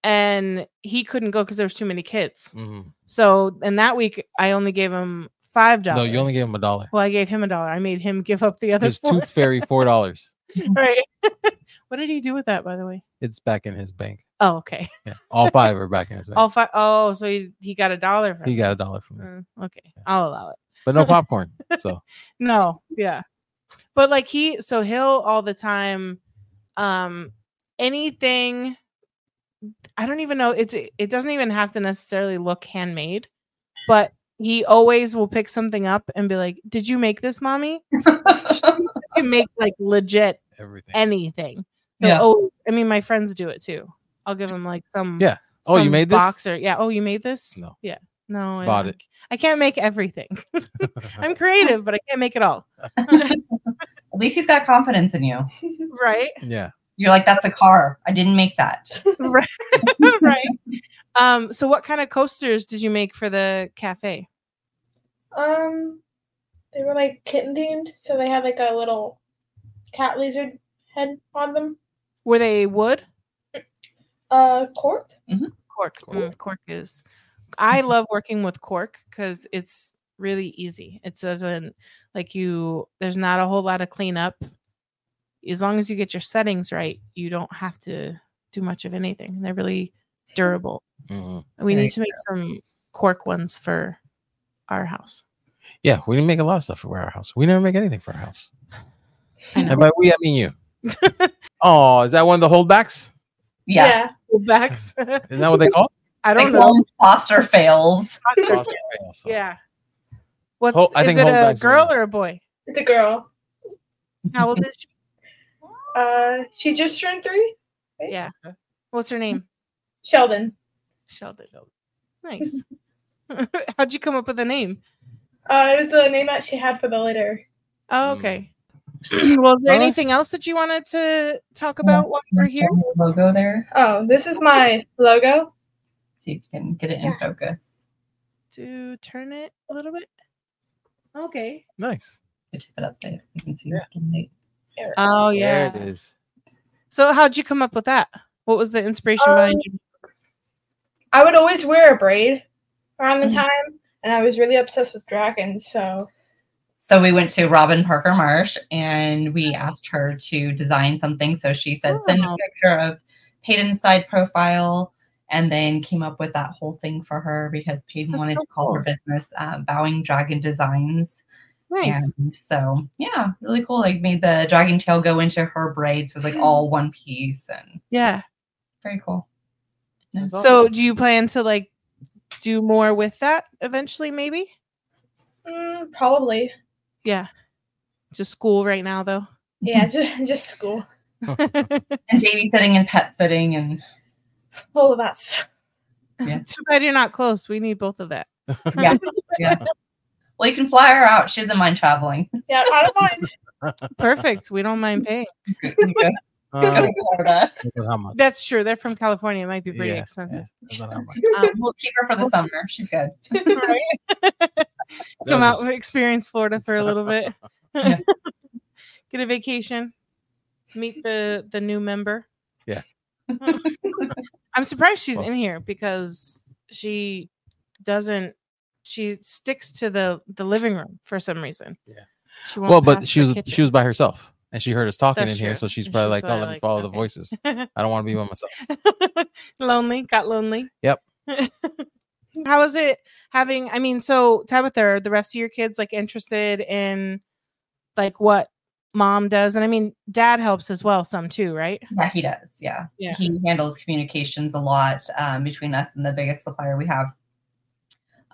Speaker 1: and he couldn't go because there was too many kids.
Speaker 2: Mhm.
Speaker 1: So, and that week I only gave him Five dollars.
Speaker 2: No, you only gave him a dollar.
Speaker 1: Well, I gave him a dollar. I made him give up the other
Speaker 2: There's
Speaker 1: four.
Speaker 2: Tooth Fairy four dollars.
Speaker 1: right. what did he do with that, by the way?
Speaker 2: It's back in his bank.
Speaker 1: Oh, okay.
Speaker 2: Yeah, all five are back in his bank.
Speaker 1: All five. Oh, so he, he got a dollar from.
Speaker 2: he
Speaker 1: it.
Speaker 2: got a dollar from me,
Speaker 1: Mm, okay, I'll allow it.
Speaker 2: but no popcorn. So
Speaker 1: No, yeah, but like he, so he'll all the time. Um, anything. I don't even know. It's it doesn't even have to necessarily look handmade, but he always will pick something up and be like, "Did you make this, mommy?" You can make like legit
Speaker 2: everything.
Speaker 1: anything. He'll
Speaker 4: Yeah.
Speaker 1: always- I mean, my friends do it too. I'll give them like some.
Speaker 2: Yeah. Oh, you
Speaker 1: some
Speaker 2: made this?
Speaker 1: boxer. Yeah. Oh, you made this?
Speaker 2: No.
Speaker 1: Yeah. No. I
Speaker 2: Bought
Speaker 1: don't- I can't make everything. I'm creative, but I can't make it all.
Speaker 4: At least he's got confidence in you.
Speaker 1: Right.
Speaker 2: yeah.
Speaker 4: You're like, that's a car. I didn't make that.
Speaker 1: Right. right. Um. So, what kind of coasters did you make for the cafe?
Speaker 3: Um, they were like kitten themed, so they had like a little cat lizard head on them.
Speaker 1: Were they wood?
Speaker 3: Uh, cork.
Speaker 1: Cork. Mm-hmm. Mm, cork is. I love working with cork because it's really easy. It doesn't like you. There's not a whole lot of cleanup. As long as you get your settings right, you don't have to do much of anything. They're really durable.
Speaker 2: Mhm.
Speaker 1: We
Speaker 4: There
Speaker 1: need to make some cork ones for our house.
Speaker 2: Yeah, we didn't make a lot of stuff for our house. We never make anything for our house.
Speaker 1: I know.
Speaker 2: And by we, I mean you. oh, is that one of the holdbacks?
Speaker 4: Yeah.
Speaker 1: Backs.
Speaker 2: Isn't that what they call?
Speaker 1: I
Speaker 4: They
Speaker 1: don't
Speaker 4: call
Speaker 1: know.
Speaker 4: them foster fails.
Speaker 2: it? Foster fails.
Speaker 1: yeah. What's
Speaker 2: Hol- I
Speaker 1: is
Speaker 2: think
Speaker 1: it a
Speaker 2: holdbacks are-
Speaker 1: girl or a boy?
Speaker 3: It's a girl.
Speaker 1: How old is she?
Speaker 3: Uh, she just turned three.
Speaker 1: Yeah. What's her name?
Speaker 3: Sheldon.
Speaker 1: Sheldon. Nice. How'd you come up with the name?
Speaker 3: Uh, it was the name that she had for the litter.
Speaker 1: Oh,
Speaker 2: Mm.
Speaker 1: okay. well, is there
Speaker 2: Huh?
Speaker 1: anything else that you wanted to talk about while we're here?
Speaker 4: Logo there.
Speaker 3: Oh, this is my logo.
Speaker 4: See if you can get it in focus.
Speaker 1: To turn it a little bit. Okay.
Speaker 2: Nice.
Speaker 4: Good tip it up there. You can see.
Speaker 2: Yeah.
Speaker 4: it.
Speaker 1: Oh yeah.
Speaker 2: There it is.
Speaker 1: So how'd you come up with that? What was the inspiration
Speaker 2: Um,
Speaker 1: behind you?
Speaker 3: I would always wear a braid around the
Speaker 1: Mm-hmm.
Speaker 4: Mhm.
Speaker 3: time, and I was really obsessed with dragons. So
Speaker 4: So we went to Robin Parker Marsh and we asked her to design something. So she said, send
Speaker 1: Oh.
Speaker 4: a picture of Peyton's side profile and then came up with that whole thing for her because Peyton
Speaker 1: That's
Speaker 4: wanted
Speaker 1: so
Speaker 4: to call her
Speaker 1: cool.
Speaker 4: business uh, Bowing Dragon Designs.
Speaker 1: Nice.
Speaker 4: And so yeah, really cool. Like made the dragon tail go into her braids was like all one piece and
Speaker 1: Yeah.
Speaker 4: very cool. Yeah.
Speaker 2: That's
Speaker 1: So
Speaker 2: awesome.
Speaker 1: do you plan to like do more with that eventually, maybe?
Speaker 3: mm, probably,
Speaker 1: Yeah. Just school right now though.
Speaker 3: yeah,
Speaker 1: Mm-hmm.
Speaker 3: just just school,
Speaker 4: And babysitting and pet sitting and
Speaker 3: all of that stuff.
Speaker 1: Too bad you're not close. We need both of that.
Speaker 4: yeah, yeah. Well, you can fly her out. She doesn't mind traveling.
Speaker 3: Yeah, I don't mind.
Speaker 1: Perfect. We don't mind paying.
Speaker 4: Go
Speaker 2: Uh,
Speaker 4: to Florida.
Speaker 2: how much?
Speaker 1: That's true. They're from California. It might be pretty
Speaker 2: Yeah,
Speaker 1: expensive.
Speaker 2: yeah, about how much.
Speaker 1: Um,
Speaker 4: We'll keep her for the summer. She's good.
Speaker 1: come
Speaker 2: That
Speaker 1: out
Speaker 2: was-
Speaker 1: and experience Florida for a little bit.
Speaker 4: Yeah.
Speaker 1: Get a vacation. Meet the the new member.
Speaker 2: Yeah.
Speaker 1: I'm surprised she's
Speaker 2: Well-
Speaker 1: in here because she doesn't she sticks to the the living room for some reason.
Speaker 2: Yeah.
Speaker 1: She won't
Speaker 2: Well, but
Speaker 1: pass
Speaker 2: she
Speaker 1: the
Speaker 2: was
Speaker 1: kitchen.
Speaker 2: she was by herself and she heard us talking
Speaker 1: That's
Speaker 2: in here,
Speaker 1: true.
Speaker 2: so she's
Speaker 1: And
Speaker 2: probably
Speaker 1: she's
Speaker 2: like, "Oh,
Speaker 1: probably
Speaker 2: let me
Speaker 1: like,
Speaker 2: follow the
Speaker 1: okay."
Speaker 2: voices. I don't want to be by myself."
Speaker 1: lonely, got lonely.
Speaker 2: Yep.
Speaker 1: How is it having? I mean, so Tabitha, are the rest of your kids like interested in like what mom does, and I mean, dad helps as well, some too, right?
Speaker 4: Yeah, he does. Yeah.
Speaker 1: Yeah.
Speaker 4: He handles communications a lot um, between us and the biggest supplier we have.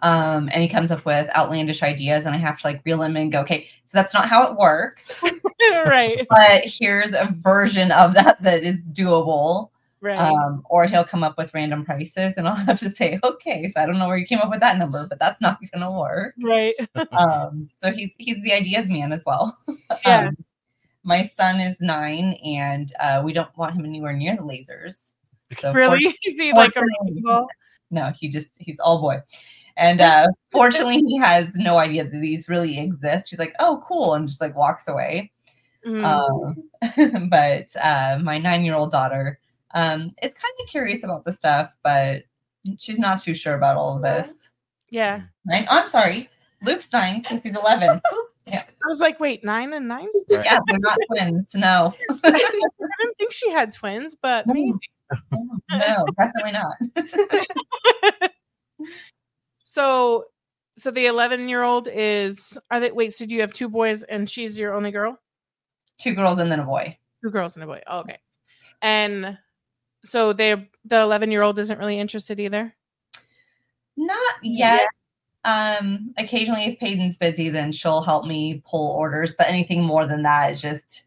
Speaker 4: Um, and he comes up with outlandish ideas, and I have to like reel him in and go, okay, so that's not how it works,
Speaker 1: right,
Speaker 4: but here's a version of that that is doable.
Speaker 1: right.
Speaker 4: Um, or he'll come up with random prices, and I'll have to say, okay, so I don't know where you came up with that number, but that's not going to work.
Speaker 1: Right.
Speaker 4: Um, so he's he's the ideas man as well.
Speaker 1: Yeah.
Speaker 4: Um, my son is nine, and uh, we don't want him anywhere near the lasers. So
Speaker 1: really? Is he like a
Speaker 4: fortunately-
Speaker 1: ball?
Speaker 4: no, he just he's all boy. And uh, fortunately, he has no idea that these really exist. He's like, "Oh, cool," and just like walks away.
Speaker 1: Mm,
Speaker 4: Um, but uh, my nine-year-old daughter um, is kind of curious about the stuff, but she's not too sure about all of this.
Speaker 1: yeah.
Speaker 4: Nine, I'm sorry, Luke's nine, Casey's eleven.
Speaker 1: I was like, wait, nine and nine?
Speaker 2: Right.
Speaker 4: Yeah, they're not twins. No,
Speaker 1: I didn't think she had twins, but
Speaker 4: No.
Speaker 1: maybe.
Speaker 4: no, definitely not.
Speaker 1: So, so the eleven-year-old is. Are they? Wait. So do you have two boys, and she's your only girl?
Speaker 4: Two girls and then a boy.
Speaker 1: Two girls and a boy. Oh, okay. And so they, the eleven-year-old isn't really interested either.
Speaker 4: Not yet. Um, occasionally, if Peyton's busy, then she'll help me pull orders. But anything more than that is just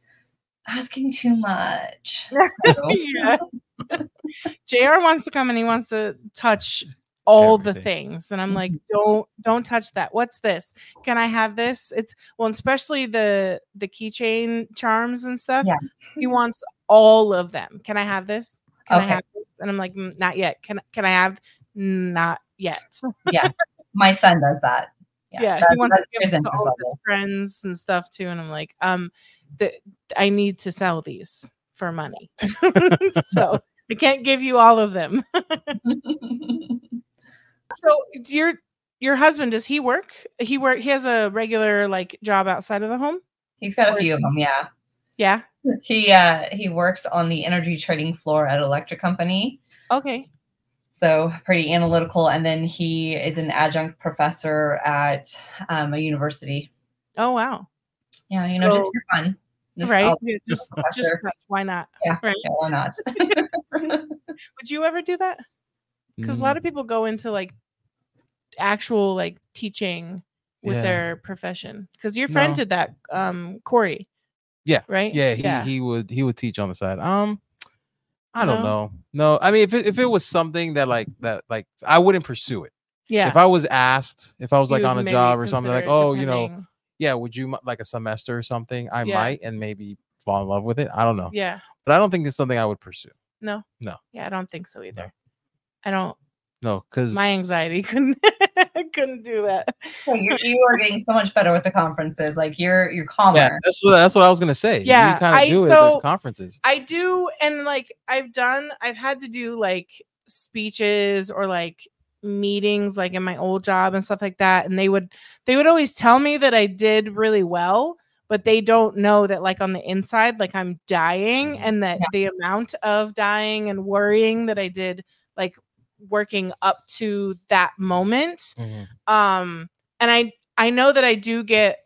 Speaker 4: asking too much. So,
Speaker 1: Yeah. Jr. wants to come and he wants to touch all the
Speaker 2: Everything.
Speaker 1: things, and I'm like, don't, don't touch that. What's this? Can I have this? It's well, especially the the keychain charms and stuff.
Speaker 4: Yeah.
Speaker 1: He wants all of them. Can I have this? Can I
Speaker 4: Okay.
Speaker 1: have this? And I'm like, "Mm, not yet. Can can I have? Not yet.
Speaker 4: my son does that.
Speaker 1: yeah,
Speaker 4: that-
Speaker 1: he wants to
Speaker 4: that's
Speaker 1: give
Speaker 4: his
Speaker 1: them to
Speaker 4: interest
Speaker 1: all of his
Speaker 4: level.
Speaker 1: friends and stuff too. And I'm like, um, the, I need to sell these for money, so I can't give you all of them. So your your husband does he work? He work. He has a regular like job outside of the home.
Speaker 4: He's got a few of them. Yeah.
Speaker 1: Yeah.
Speaker 4: He uh he works on the energy trading floor at electric company.
Speaker 1: Okay.
Speaker 4: So pretty analytical, and then he is an adjunct professor at um, a university.
Speaker 1: Oh wow.
Speaker 4: Yeah, you know, just
Speaker 1: So-
Speaker 4: for fun, Just
Speaker 1: right.
Speaker 4: all-
Speaker 1: Yeah, just just
Speaker 4: professor.
Speaker 1: nuts. why not?
Speaker 4: yeah, why not?
Speaker 1: Would you ever do that?
Speaker 2: Mm.
Speaker 1: Because a lot of people go into like actual like teaching with
Speaker 2: Yeah.
Speaker 1: their profession. Because your friend
Speaker 2: No.
Speaker 1: did that, um, Corey.
Speaker 2: Yeah.
Speaker 1: Right.
Speaker 2: Yeah, he, he would he would teach on the side. Um, I
Speaker 1: No?
Speaker 2: don't know. No, I mean if it, if it was something that like that like I wouldn't pursue it.
Speaker 1: yeah.
Speaker 2: If I was asked, if I was
Speaker 1: you
Speaker 2: like
Speaker 1: would
Speaker 2: on a
Speaker 1: maybe
Speaker 2: job or something, like
Speaker 1: consider it
Speaker 2: oh, you know,
Speaker 1: depending-
Speaker 2: yeah, would you mi- like a semester or something? I
Speaker 1: Yeah.
Speaker 2: might and maybe fall in love with it. I don't know,
Speaker 1: Yeah.
Speaker 2: but I don't think it's something I would pursue.
Speaker 1: No.
Speaker 2: No.
Speaker 1: Yeah, I don't think so either. I don't.
Speaker 2: No, because
Speaker 1: My anxiety couldn't couldn't do that.
Speaker 4: So you're, you are getting so much better with the conferences. Like you're you're calmer.
Speaker 2: Yeah, that's what that's what I was gonna say.
Speaker 1: Yeah,
Speaker 2: we kind
Speaker 1: I-
Speaker 2: of do it
Speaker 1: so-
Speaker 2: at conferences.
Speaker 1: I do, and like I've done, I've had to do like speeches or like meetings, like in my old job and stuff like that. And they would they would always tell me that I did really well, but they don't know that like on the inside, like I'm dying, and that
Speaker 4: Yeah.
Speaker 1: the amount of dying and worrying that I did, like working up to that moment,
Speaker 2: Mm-hmm,
Speaker 1: um and i i know that i do get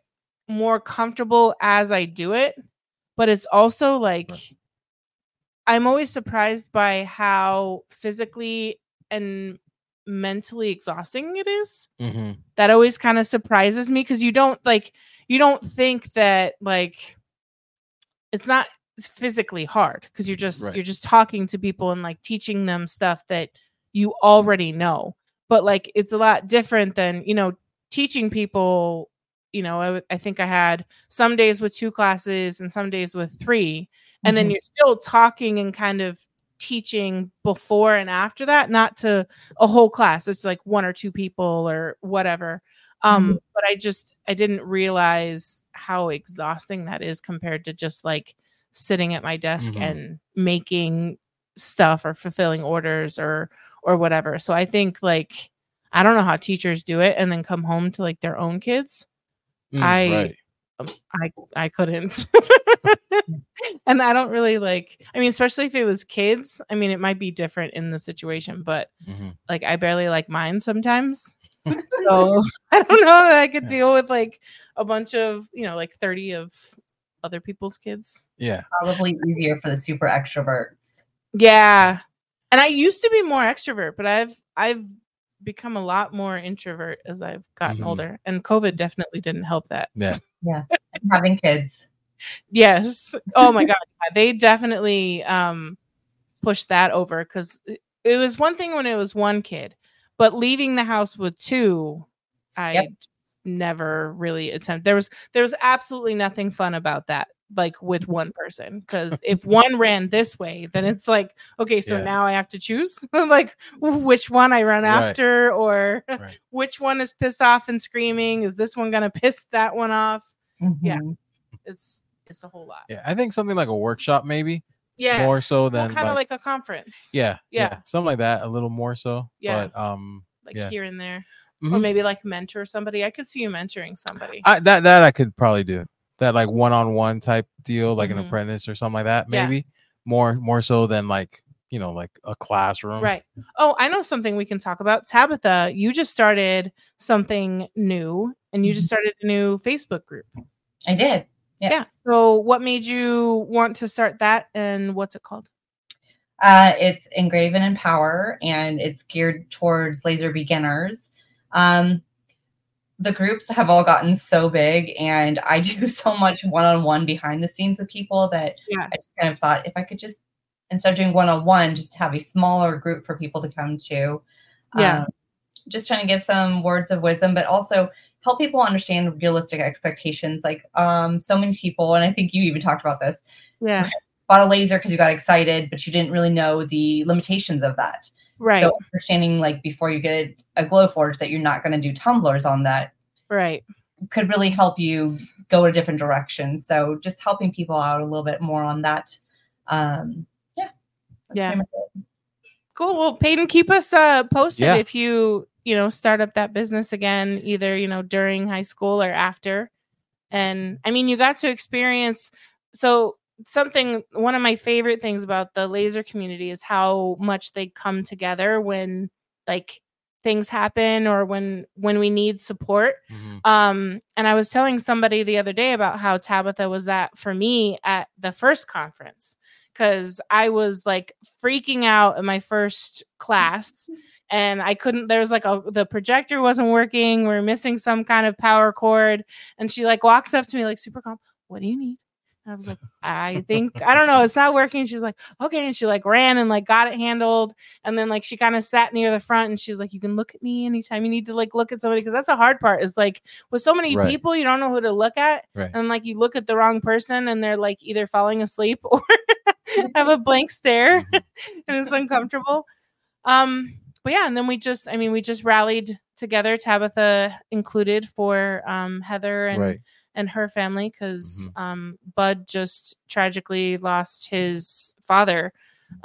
Speaker 1: more comfortable as i do it but it's also like i'm always surprised by how physically and mentally exhausting it is
Speaker 2: hmm
Speaker 1: that always kind of surprises me because you don't like you don't think that like it's not physically hard because you're just
Speaker 2: Right.
Speaker 1: you're just talking to people and like teaching them stuff that you already know but like it's a lot different than you know teaching people you know I, w- I think i had some days with two classes and some days with three and then
Speaker 4: Mhm.
Speaker 1: you're still talking and kind of teaching before and after that not to a whole class it's like one or two people or whatever um but i just i didn't realize how exhausting that is compared to just like sitting at my desk
Speaker 2: Mhm.
Speaker 1: and making stuff or fulfilling orders or or whatever so i think like i don't know how teachers do it and then come home to like their own kids
Speaker 2: mm,
Speaker 1: I- um, I I couldn't. and I don't really like I mean especially if it was kids. I mean it might be different in the situation, but
Speaker 2: mm-hmm.
Speaker 1: like I barely like mine sometimes. so I don't know that I could
Speaker 2: Yeah.
Speaker 1: deal with like a bunch of, you know, like 30 of other people's kids.
Speaker 2: yeah,
Speaker 4: Probably easier for the super extroverts.
Speaker 1: Yeah. And I used to be more extrovert, but I've I've become a lot more introvert as I've gotten
Speaker 2: Mhm.
Speaker 1: older. And COVID definitely didn't help that.
Speaker 2: yeah,
Speaker 4: And having kids.
Speaker 1: Yes. Oh my god. Yeah, They definitely um pushed that over cuz it was one thing when it was one kid, but leaving the house with two I
Speaker 4: Yep.
Speaker 1: never really attempt. There was there was absolutely nothing fun about that like with
Speaker 2: Mm-hmm.
Speaker 1: one person cuz if one ran this way, then it's like okay, so
Speaker 2: Yeah.
Speaker 1: now I have to choose like which one I run
Speaker 2: Right.
Speaker 1: after or
Speaker 2: Right.
Speaker 1: which one is pissed off and screaming, is this one going to piss that one off? Yeah.
Speaker 4: Mhm.
Speaker 1: It's it's a whole lot.
Speaker 2: yeah. I think something like a workshop, maybe
Speaker 1: Yeah.
Speaker 2: more so than
Speaker 1: kind of
Speaker 2: like,
Speaker 1: like, a conference.
Speaker 2: yeah,
Speaker 1: yeah.
Speaker 2: something like that. A little more so,
Speaker 1: Yeah.
Speaker 2: But um,
Speaker 1: Like
Speaker 2: yeah.
Speaker 1: here and there. or
Speaker 2: Mhm.
Speaker 1: maybe like mentor somebody. I could see you mentoring somebody.
Speaker 2: I, that that I could probably do that like one on one type deal, like an
Speaker 1: Mhm.
Speaker 2: apprentice or something like that.
Speaker 1: Yeah.
Speaker 2: Maybe more more so than like you know like a classroom.
Speaker 1: Right. Oh, I know something we can talk about. Tabitha, you just started something new and you
Speaker 2: Mm-hmm.
Speaker 1: just started a new Facebook group.
Speaker 4: I did. Yes.
Speaker 1: Yeah. So, what made you want to start that and what's it called?
Speaker 4: Uh, it's Engraven and Power, and it's geared towards laser beginners. Um, the groups have all gotten so big, and I do so much one on one behind the scenes with people that
Speaker 1: Yeah.
Speaker 4: I just kind of thought if I could just, instead of doing one on one, just have a smaller group for people to come to.
Speaker 1: Yeah.
Speaker 4: Um, just trying to give some words of wisdom, but also help people understand realistic expectations. Like um, so many people, and I think you even talked about this
Speaker 1: Yeah.
Speaker 4: bought a laser because you got excited, but you didn't really know the limitations of that.
Speaker 1: Right.
Speaker 4: So understanding like before you get a glow forge that you're not going to do tumblers on that
Speaker 1: right.
Speaker 4: could really help you go a different direction. So just helping people out a little bit more on that. Um, yeah. That's
Speaker 1: Yeah.
Speaker 4: pretty much it.
Speaker 1: Cool. Well, Peyton, keep us uh, posted
Speaker 2: Yeah.
Speaker 1: if you, you know, start up that business again, either, you know, during high school or after. And I mean, you got to experience. So, something, one of my favorite things about the laser community is how much they come together when like things happen or when when we need support
Speaker 2: Mhm.
Speaker 1: Um, and I was telling somebody the other day about how Tabitha was that for me at the first conference because I was like freaking out in my first class and I couldn't there was like a the projector wasn't working, we were missing some kind of power cord, and she like walks up to me like super calm, what do you need? And I was like, I think I don't know, it's not working. She's like, okay, and she like ran and like got it handled, and then like she kind of sat near the front and she's like, you can look at me anytime you need to like look at somebody because that's the hard part is like with so many
Speaker 2: Right.
Speaker 1: people you don't know who to look at,
Speaker 2: Right.
Speaker 1: and like you look at the wrong person and they're like either falling asleep or have a blank stare
Speaker 2: Mhm.
Speaker 1: and it's uncomfortable. Um, but yeah, and then we just, I mean, we just rallied together, Tabitha included, for um, Heather and
Speaker 2: Right.
Speaker 1: and her family because um, Bud just tragically lost his father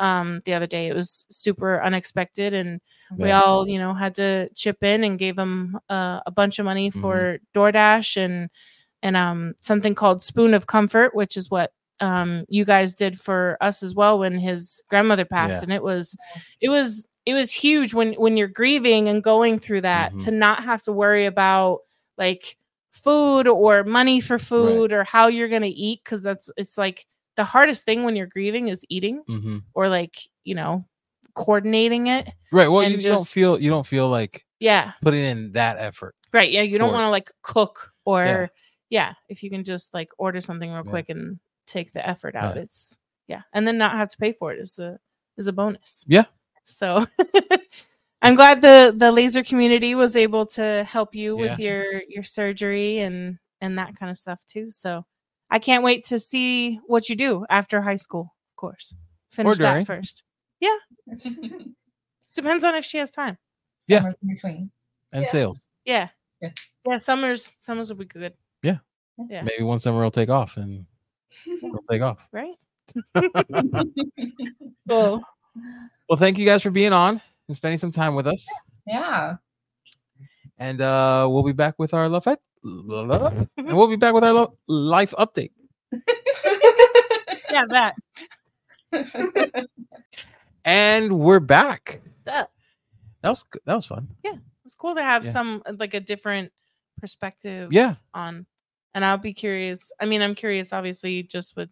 Speaker 1: um, the other day. It was super unexpected, and we
Speaker 2: Yeah.
Speaker 1: all, you know, had to chip in and gave him uh, a bunch of
Speaker 2: Mm-hmm.
Speaker 1: money for DoorDash and and um, something called Spoon of Comfort, which is what um, you guys did for us as well when his grandmother passed,
Speaker 2: Yeah.
Speaker 1: and it was it was it was huge when when you're grieving and going through that
Speaker 2: Mhm.
Speaker 1: to not have to worry about like food or money for food or how you're going to eat cuz that's it's like the hardest thing when you're grieving is eating
Speaker 2: Mhm.
Speaker 1: or like you know coordinating it
Speaker 2: Right. Well,
Speaker 1: And
Speaker 2: you don't
Speaker 1: just-
Speaker 2: feel you don't feel like
Speaker 1: yeah
Speaker 2: putting in that effort.
Speaker 1: right yeah you don't
Speaker 2: For-
Speaker 1: want to like cook or
Speaker 2: Yeah.
Speaker 1: yeah. if you can just like order something real
Speaker 2: Yeah.
Speaker 1: quick and take the effort out
Speaker 2: Right.
Speaker 1: it's yeah and then not have to pay for it is a is a bonus
Speaker 2: Yeah.
Speaker 1: so i'm glad the the laser community was able to help you with
Speaker 2: Yeah.
Speaker 1: your your surgery and and that kind of stuff too so i can't wait to see what you do after high school of course finish
Speaker 2: during.
Speaker 1: that first depends on if she has time
Speaker 2: Yeah.
Speaker 4: Somewhere's in between.
Speaker 2: And
Speaker 3: Yeah.
Speaker 2: sales.
Speaker 1: yeah
Speaker 4: Yeah.
Speaker 1: yeah summers summers will be good Yeah.
Speaker 2: Maybe one summer will take off and it'll take off.
Speaker 1: right cool
Speaker 2: Well, thank you guys for being on and spending some time with us.
Speaker 4: yeah.
Speaker 2: And uh we'll be back with our love fed- la- la- la- and we'll be back with our lo- life update.
Speaker 1: yeah, that.
Speaker 2: And we're back.
Speaker 1: That
Speaker 2: That was good- that was fun.
Speaker 1: was cool to have
Speaker 2: Yeah.
Speaker 1: some uh, like a different perspective.
Speaker 2: Yeah.
Speaker 1: On, and I'll be curious. I mean, I'm curious, obviously, just with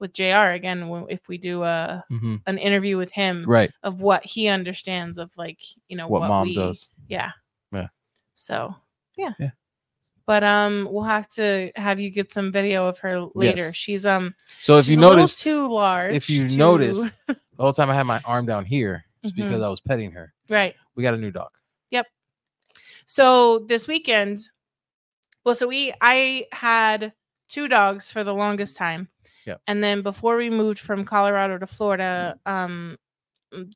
Speaker 1: with Jr. Again, w- if we do a
Speaker 2: hmm
Speaker 1: an interview with him
Speaker 2: Right.
Speaker 1: of what he understands of like you know
Speaker 2: What, mom
Speaker 1: we-
Speaker 2: does.
Speaker 1: Yeah.
Speaker 2: Yeah.
Speaker 1: So yeah.
Speaker 2: Yeah.
Speaker 1: But um, we'll have to have you get some video of her later.
Speaker 2: Yes.
Speaker 1: She's um.
Speaker 2: So if
Speaker 1: she's
Speaker 2: you
Speaker 1: a little
Speaker 2: notice,
Speaker 1: too large.
Speaker 2: if you
Speaker 1: too-
Speaker 2: noticed, the whole time I had my arm down here, it's
Speaker 1: Mhm.
Speaker 2: because I was petting her.
Speaker 1: right?
Speaker 2: We got a new dog.
Speaker 1: So this weekend, well, so we I had two dogs for the longest time.
Speaker 2: Yep.
Speaker 1: And then before we moved from Colorado to Florida,
Speaker 2: Mm-hmm.
Speaker 1: um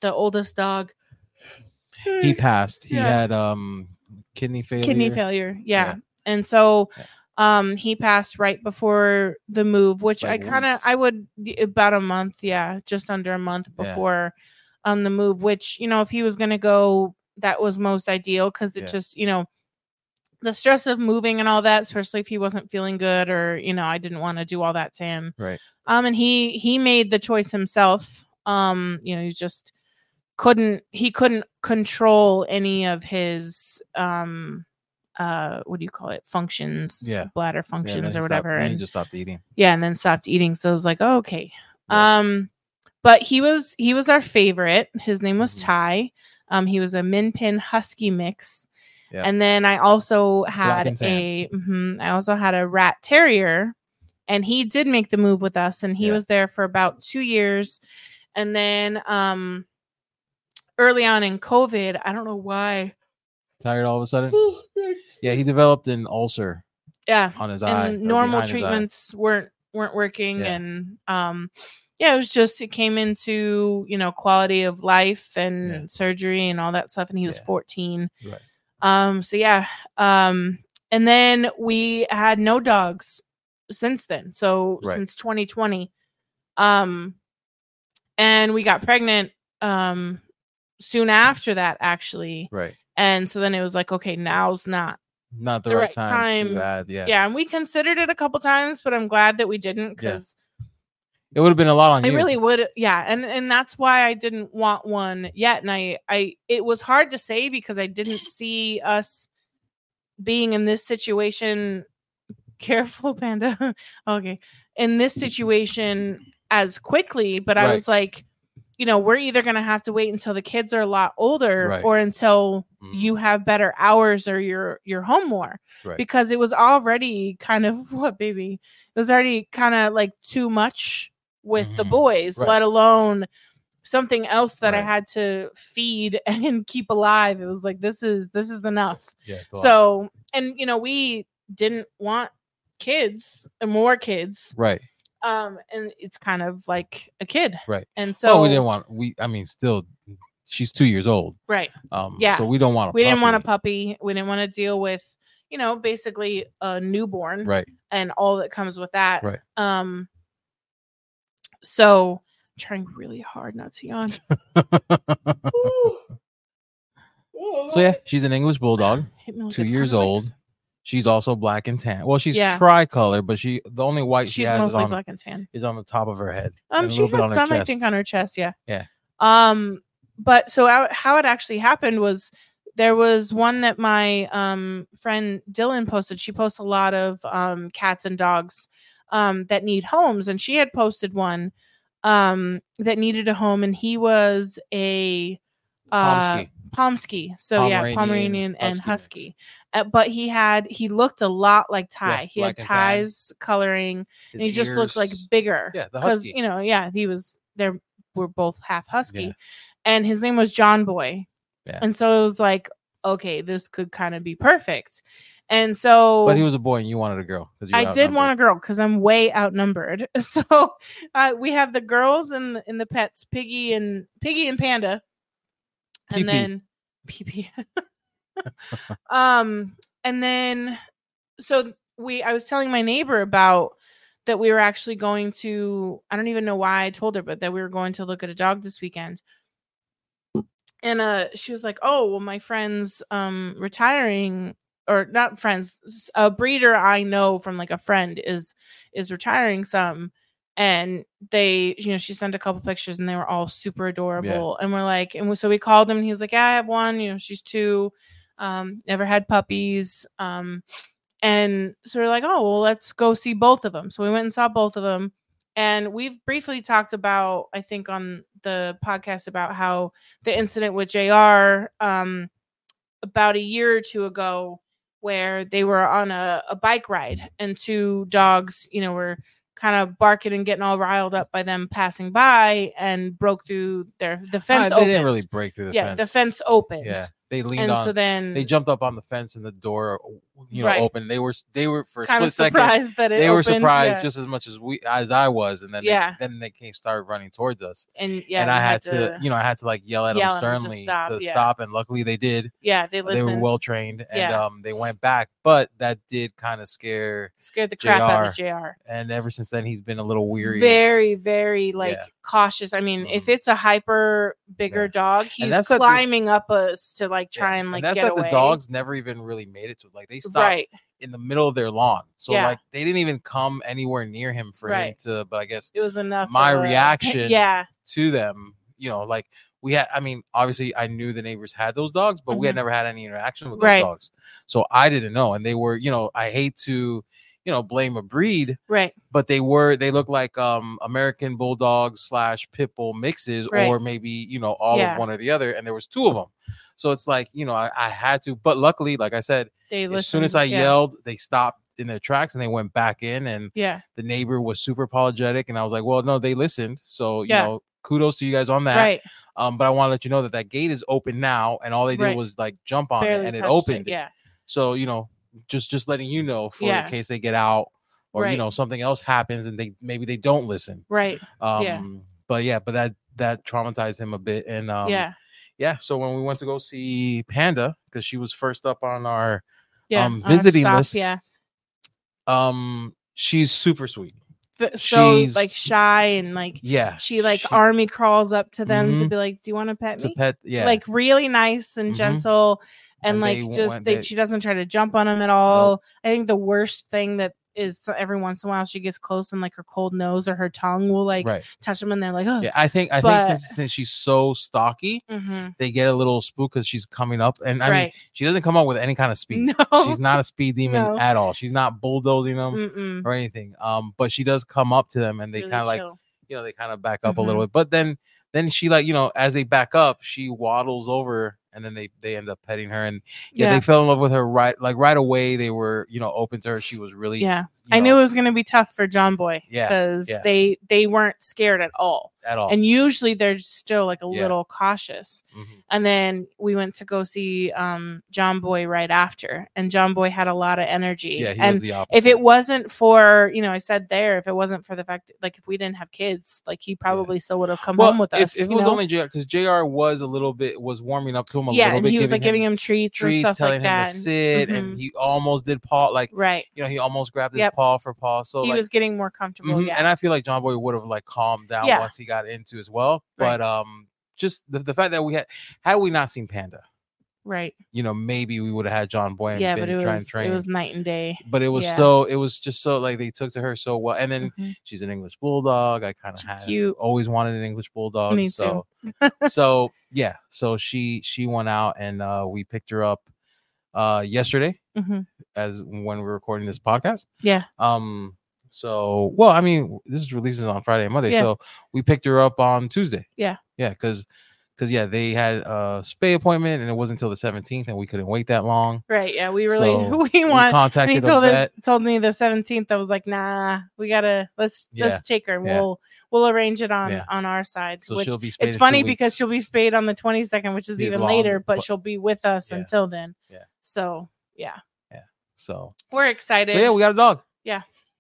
Speaker 1: the oldest dog
Speaker 2: He passed. He
Speaker 1: Yeah.
Speaker 2: had um kidney failure.
Speaker 1: kidney failure. Yeah.
Speaker 2: Yeah.
Speaker 1: And so
Speaker 2: Yeah.
Speaker 1: um he passed right before the move, which
Speaker 2: Like
Speaker 1: I kind of
Speaker 2: weeks.
Speaker 1: I would about a month, yeah, just under a month
Speaker 2: Yeah.
Speaker 1: before um the move, which you know, if he was going to go that was most ideal because it
Speaker 2: Yeah.
Speaker 1: just, you know, the stress of moving and all that, especially if he wasn't feeling good or, you know, I didn't want to do all that to him.
Speaker 2: Right.
Speaker 1: Um, and he he made the choice himself. Um, you know, he just couldn't he couldn't control any of his um uh what do you call it functions
Speaker 2: Yeah.
Speaker 1: bladder
Speaker 2: Yeah, then he
Speaker 1: functions or
Speaker 2: stopped-
Speaker 1: whatever
Speaker 2: then
Speaker 1: and
Speaker 2: he just stopped eating.
Speaker 1: yeah and then stopped eating so i was like oh, okay
Speaker 2: Yeah.
Speaker 1: um but he was he was our favorite his name was
Speaker 2: Mhm.
Speaker 1: ty um he was a min pin husky mix
Speaker 2: Yeah.
Speaker 1: and then i also
Speaker 2: and
Speaker 1: had
Speaker 2: tan.
Speaker 1: a mhm, I also had a rat terrier and he did make the move with us and he
Speaker 2: Yeah.
Speaker 1: was there for about two years and then um early on in covid i don't know why
Speaker 2: Tired all of a sudden. Yeah, he developed an ulcer
Speaker 1: yeah
Speaker 2: on his eye.
Speaker 1: and
Speaker 2: or
Speaker 1: normal
Speaker 2: behind his eye.
Speaker 1: treatments weren't weren't working
Speaker 2: Yeah.
Speaker 1: and um yeah it was just it came into you know quality of life and
Speaker 2: Yeah.
Speaker 1: surgery and all that stuff and he was
Speaker 2: Yeah.
Speaker 1: 14
Speaker 2: Right.
Speaker 1: um so yeah um and then we had no dogs since then so
Speaker 2: Right.
Speaker 1: since 2020 um and we got pregnant um soon after that actually
Speaker 2: Right.
Speaker 1: and so then it was like okay now's not
Speaker 2: Not the, right, time. to add, yeah.
Speaker 1: yeah, and we considered it a couple times, but I'm glad that we didn't
Speaker 2: Yeah.
Speaker 1: because
Speaker 2: It would have been a lot on
Speaker 1: I
Speaker 2: you.
Speaker 1: really would. Yeah, and and that's why I didn't want one yet. And I I it was hard to say because I didn't see us being in this situation. Careful, panda. okay, in this situation as quickly, but I
Speaker 2: Right.
Speaker 1: was like, you know, we're either gonna have to wait until the kids are a lot older
Speaker 2: Right.
Speaker 1: or until
Speaker 2: Mm.
Speaker 1: you have better hours or you're you're home more
Speaker 2: Right.
Speaker 1: because it was already kind of what baby it was already kind of like too much with the
Speaker 2: Mhm.
Speaker 1: boys
Speaker 2: Right.
Speaker 1: let alone something else that i
Speaker 2: Right.
Speaker 1: had to feed and keep alive it was like this is this is enough
Speaker 2: Yeah, it's a lot.
Speaker 1: so and you know we didn't want kids and more kids
Speaker 2: right.
Speaker 1: um and it's kind of like a kid
Speaker 2: Right.
Speaker 1: and so
Speaker 2: So we didn't want we I mean still she's 2 years old.
Speaker 1: right
Speaker 2: Um
Speaker 1: Yeah.
Speaker 2: so we don't want a
Speaker 1: we didn't want a
Speaker 2: puppy.
Speaker 1: puppy we didn't want to deal with you know basically a newborn
Speaker 2: Right.
Speaker 1: and all that comes with that
Speaker 2: Right.
Speaker 1: um so trying really hard not to yawn
Speaker 3: 哦
Speaker 2: so yeah, she's an English bulldog,
Speaker 1: Hit me like
Speaker 2: two
Speaker 1: a ton
Speaker 2: years
Speaker 1: of
Speaker 2: old.
Speaker 1: bricks.
Speaker 2: She's also black and tan. Well, she's
Speaker 1: Yeah.
Speaker 2: tricolor, but she the only white she
Speaker 1: she's
Speaker 2: has is
Speaker 1: mostly
Speaker 2: on,
Speaker 1: black and tan
Speaker 2: is on the top of her head.
Speaker 1: um
Speaker 2: and a
Speaker 1: she
Speaker 2: little
Speaker 1: has
Speaker 2: bit on her
Speaker 1: some i
Speaker 2: chest.
Speaker 1: think on her chest yeah
Speaker 2: Yeah.
Speaker 1: um but so how, how it actually happened was there was one that my um friend dylan posted she posts a lot of um cats and dogs um that need homes and she had posted one um that needed a home and he was a uh,
Speaker 2: Pomsky.
Speaker 1: Pomsky. So yeah,
Speaker 2: Pomeranian
Speaker 1: Pomeranian and
Speaker 2: Husky mix.
Speaker 1: Husky. Uh, but he had he looked a lot like
Speaker 2: Yeah,
Speaker 1: Ty. he had
Speaker 2: black and tan.
Speaker 1: Ty's coloring,
Speaker 2: His
Speaker 1: and he just looked like
Speaker 2: ears-
Speaker 1: bigger.
Speaker 2: Yeah, the
Speaker 1: because
Speaker 2: husky.
Speaker 1: you know, yeah, he was. They were both half Husky,
Speaker 2: Yeah.
Speaker 1: and his name was John Boy.
Speaker 2: Yeah.
Speaker 1: And so it was like, okay, this could kind of be perfect. And so,
Speaker 2: But he was a boy, and you wanted a girl. 'cause you were
Speaker 1: I did
Speaker 2: outnumbered.
Speaker 1: want a girl because I'm way outnumbered. So uh, we have the girls and the- and the pets, Piggy and Piggy and Panda, and
Speaker 2: PP.
Speaker 1: then PP. um, and then so we, I was telling my neighbor about that we were actually going to. I don't even know why I told her, but that we were going to look at a dog this weekend. And uh, she was like, "Oh, well, my friend's um retiring or not friends s- a breeder i know from like a friend is is retiring some and they you know she sent a couple pictures and they were all super adorable and we're like and we, so we called him and he was like yeah i have one you know she's two um never had puppies um and so we're like oh well let's go see both of them so we went and saw both of them and we've briefly talked about i think on the podcast about how the incident with jr um about a year or two ago where they were on a, a bike ride and two dogs, you know, were kind of barking and getting all riled up by them passing by and broke through their the
Speaker 2: Ah,
Speaker 1: fence.
Speaker 2: they didn't
Speaker 1: opened.
Speaker 2: really break through the
Speaker 1: yeah,
Speaker 2: fence.
Speaker 1: the fence opened.
Speaker 2: Yeah, they leaned
Speaker 1: And
Speaker 2: on.
Speaker 1: so then
Speaker 2: they jumped up on the fence, and the door you know
Speaker 1: Mm-hmm. Right.
Speaker 2: open. They were they were for a
Speaker 5: kind
Speaker 2: split
Speaker 5: of
Speaker 2: second.
Speaker 5: surprised that it
Speaker 2: They were
Speaker 5: opened,
Speaker 2: surprised
Speaker 5: yeah.
Speaker 2: just as much as we as I was, and then
Speaker 1: Yeah.
Speaker 2: they, then they came started running towards us,
Speaker 1: and yeah,
Speaker 2: and
Speaker 1: you
Speaker 2: I had, to, you know I had to like yell at
Speaker 1: yell
Speaker 2: them
Speaker 1: at them to
Speaker 2: sternly to
Speaker 1: stop,
Speaker 2: stop,
Speaker 1: yeah.
Speaker 2: and luckily they did.
Speaker 1: yeah, they listened.
Speaker 2: They were well trained, and
Speaker 1: Yeah.
Speaker 2: um they went back, but that did kind of scare.
Speaker 1: scared the crap out of Jr.
Speaker 2: And ever since then, he's been a little weary.
Speaker 1: Very, very like
Speaker 2: Yeah.
Speaker 1: cautious. I mean, if
Speaker 2: Mhm.
Speaker 1: it's a hyper bigger
Speaker 2: Yeah.
Speaker 1: dog, he's
Speaker 2: that's not this-
Speaker 1: climbing up us to like
Speaker 2: Yeah,
Speaker 1: try and like
Speaker 2: that's
Speaker 1: get
Speaker 2: that
Speaker 1: away.
Speaker 2: the dogs never even really made it to like they stopped
Speaker 1: right?
Speaker 2: in the middle of their lawn. So
Speaker 1: Yeah.
Speaker 2: like they didn't even come anywhere near him for him
Speaker 1: Right.
Speaker 2: to but I guess
Speaker 1: It was enough.
Speaker 2: my
Speaker 1: of a-
Speaker 2: reaction
Speaker 1: yeah,
Speaker 2: to them, you know, like we had I mean, obviously I knew the neighbors had those dogs, but we had
Speaker 1: Mhm.
Speaker 2: never had any interaction with
Speaker 1: Right.
Speaker 2: those dogs. So I didn't know. And they were, you know, I hate to, you know, blame a breed,
Speaker 1: right,
Speaker 2: but they were they look like um American bulldogs slash pit bull mixes,
Speaker 1: Right.
Speaker 2: or maybe you know all
Speaker 1: Yeah.
Speaker 2: of one or the other. And there was two of them, so it's like you know I, I had to. But luckily, like I said,
Speaker 1: they listened.
Speaker 2: as soon as I
Speaker 1: yeah.
Speaker 2: yelled, they stopped in their tracks and they went back in. And
Speaker 1: yeah,
Speaker 2: the neighbor was super apologetic, and I was like, well, no, they listened. So you
Speaker 1: Yeah.
Speaker 2: know, kudos to you guys on that.
Speaker 1: right,
Speaker 2: Um, but I want to let you know that that gate is open now, and all they did
Speaker 1: Right.
Speaker 2: was like jump on
Speaker 1: barely
Speaker 2: it and it
Speaker 1: touched
Speaker 2: opened. it.
Speaker 1: Yeah,
Speaker 2: So you know, just just letting you know for
Speaker 1: Yeah.
Speaker 2: in case they get out or
Speaker 1: Right.
Speaker 2: you know something else happens and they maybe they don't listen.
Speaker 1: right,
Speaker 2: Um
Speaker 1: Yeah.
Speaker 2: but yeah, but that that traumatized him a bit and um
Speaker 1: yeah,
Speaker 2: yeah, so when we went to go see Panda cuz she was first up on our
Speaker 1: yeah.
Speaker 2: um,
Speaker 1: on our
Speaker 2: visiting
Speaker 1: stop,
Speaker 2: list,
Speaker 1: yeah.
Speaker 2: um she's super sweet.
Speaker 1: Th- so
Speaker 2: she's-
Speaker 1: like shy and like
Speaker 2: Yeah.
Speaker 1: she like army crawls up to them to
Speaker 2: Mhm.
Speaker 1: be like, "Do you want to pet
Speaker 2: to
Speaker 1: me?"
Speaker 2: pet yeah.
Speaker 1: Like really nice and
Speaker 2: Mhm.
Speaker 1: gentle, and,
Speaker 2: And
Speaker 1: like
Speaker 2: they w-
Speaker 1: just
Speaker 2: went-
Speaker 1: they,
Speaker 2: they-
Speaker 1: she doesn't try to jump on him at all. I think the worst thing that is so every once in a while she gets close and like her cold nose or her tongue will like
Speaker 2: right.
Speaker 1: touch them and they're like, "Oh."
Speaker 2: Yeah, I think I
Speaker 1: but-
Speaker 2: think since, since she's so stocky,
Speaker 1: mhm,
Speaker 2: they get a little spooked cuz she's coming up and I mean,
Speaker 1: right.
Speaker 2: she doesn't come up with any kind of speed.
Speaker 1: No.
Speaker 2: She's not a speed demon
Speaker 1: No.
Speaker 2: at all. She's not bulldozing them.
Speaker 1: Mm-mm.
Speaker 2: or anything. Um, but she does come up to them and they
Speaker 1: Really
Speaker 2: kind of like
Speaker 1: chill. Mm-hmm.
Speaker 2: you know they kind of back up a little bit. But then then she like you know as they back up, she waddles over and then they they end up petting her and yeah,
Speaker 1: yeah.
Speaker 2: they fell in love with her right like right away. They were you know open to her. She was really
Speaker 1: yeah.
Speaker 2: you
Speaker 1: I knew
Speaker 2: know,
Speaker 1: it was going to be tough for John Boy
Speaker 2: Yeah,
Speaker 1: because
Speaker 2: yeah.
Speaker 1: they they weren't scared at all,
Speaker 2: at all.
Speaker 1: and usually they're still like a
Speaker 2: Yeah.
Speaker 1: little cautious.
Speaker 2: Mhm.
Speaker 1: And then we went to go see um, John Boy right after, and John Boy had a lot of energy.
Speaker 2: Yeah, he was
Speaker 1: and
Speaker 2: the opposite.
Speaker 1: if it wasn't for you know, I said there, if it wasn't for the fact that like if we didn't have kids, like he probably still would have come
Speaker 2: well,
Speaker 1: home with
Speaker 2: if,
Speaker 1: us.
Speaker 2: if it
Speaker 1: you
Speaker 2: was
Speaker 1: know?
Speaker 2: only Jr. because Jr. was a little bit was warming up to him a
Speaker 1: yeah,
Speaker 2: little
Speaker 1: and
Speaker 2: bit.
Speaker 1: he was like giving him treats,
Speaker 2: treats,
Speaker 1: and stuff like
Speaker 2: telling him
Speaker 1: that.
Speaker 2: to
Speaker 1: and-
Speaker 2: sit, and he almost did paw like
Speaker 1: right,
Speaker 2: you know he almost grabbed his
Speaker 1: Yep.
Speaker 2: paw for paw. So
Speaker 1: he
Speaker 2: like,
Speaker 1: was getting more comfortable.
Speaker 2: Mhm.
Speaker 1: Yeah,
Speaker 2: And I feel like John Boy would have like calmed down
Speaker 1: Yeah.
Speaker 2: once he got into as well.
Speaker 1: Right.
Speaker 2: But um just the, the fact that we had had we not seen Panda,
Speaker 1: right.
Speaker 2: you know, maybe we would have had John Boy and
Speaker 1: Yeah,
Speaker 2: been
Speaker 1: but it
Speaker 2: trying to
Speaker 1: was
Speaker 2: train.
Speaker 1: it was night and day.
Speaker 2: but it was
Speaker 1: yeah.
Speaker 2: so it was just so like they took to her so well. And then
Speaker 1: Mhm.
Speaker 2: she's an English bulldog. I kind of
Speaker 1: She's
Speaker 2: had
Speaker 1: cute.
Speaker 2: always wanted an English bulldog.
Speaker 1: Me too.
Speaker 2: so so yeah. So she she went out and uh we picked her up uh yesterday
Speaker 1: Mhm.
Speaker 2: as when we we're recording this podcast.
Speaker 1: Yeah.
Speaker 2: Um. So, well, I mean, this is releases on Friday and Monday,
Speaker 1: Yeah.
Speaker 2: so we picked her up on Tuesday.
Speaker 1: Yeah.
Speaker 2: Yeah, because because yeah, they had a spay appointment, and it wasn't until the seventeenth, and we couldn't wait that long.
Speaker 1: Right. Yeah. We really
Speaker 2: So,
Speaker 1: we
Speaker 2: We
Speaker 1: want. When
Speaker 2: contacted
Speaker 1: he
Speaker 2: the
Speaker 1: told us,
Speaker 2: vet.
Speaker 1: told me the seventeenth, I was like, nah, we gotta let's
Speaker 2: Yeah,
Speaker 1: let's take her. and
Speaker 2: yeah.
Speaker 1: We'll we'll arrange it on
Speaker 2: Yeah.
Speaker 1: on our side.
Speaker 2: So
Speaker 1: which
Speaker 2: she'll be. Spayed
Speaker 1: it's
Speaker 2: in two
Speaker 1: funny because
Speaker 2: weeks.
Speaker 1: she'll be spayed on the twenty second, which is
Speaker 2: Be
Speaker 1: even
Speaker 2: long,
Speaker 1: later, but,
Speaker 2: but-
Speaker 1: she'll be with us
Speaker 2: Yeah.
Speaker 1: until then.
Speaker 2: Yeah.
Speaker 1: So yeah,
Speaker 2: so.
Speaker 1: we're
Speaker 2: So
Speaker 1: excited.
Speaker 2: yeah, we got a dog.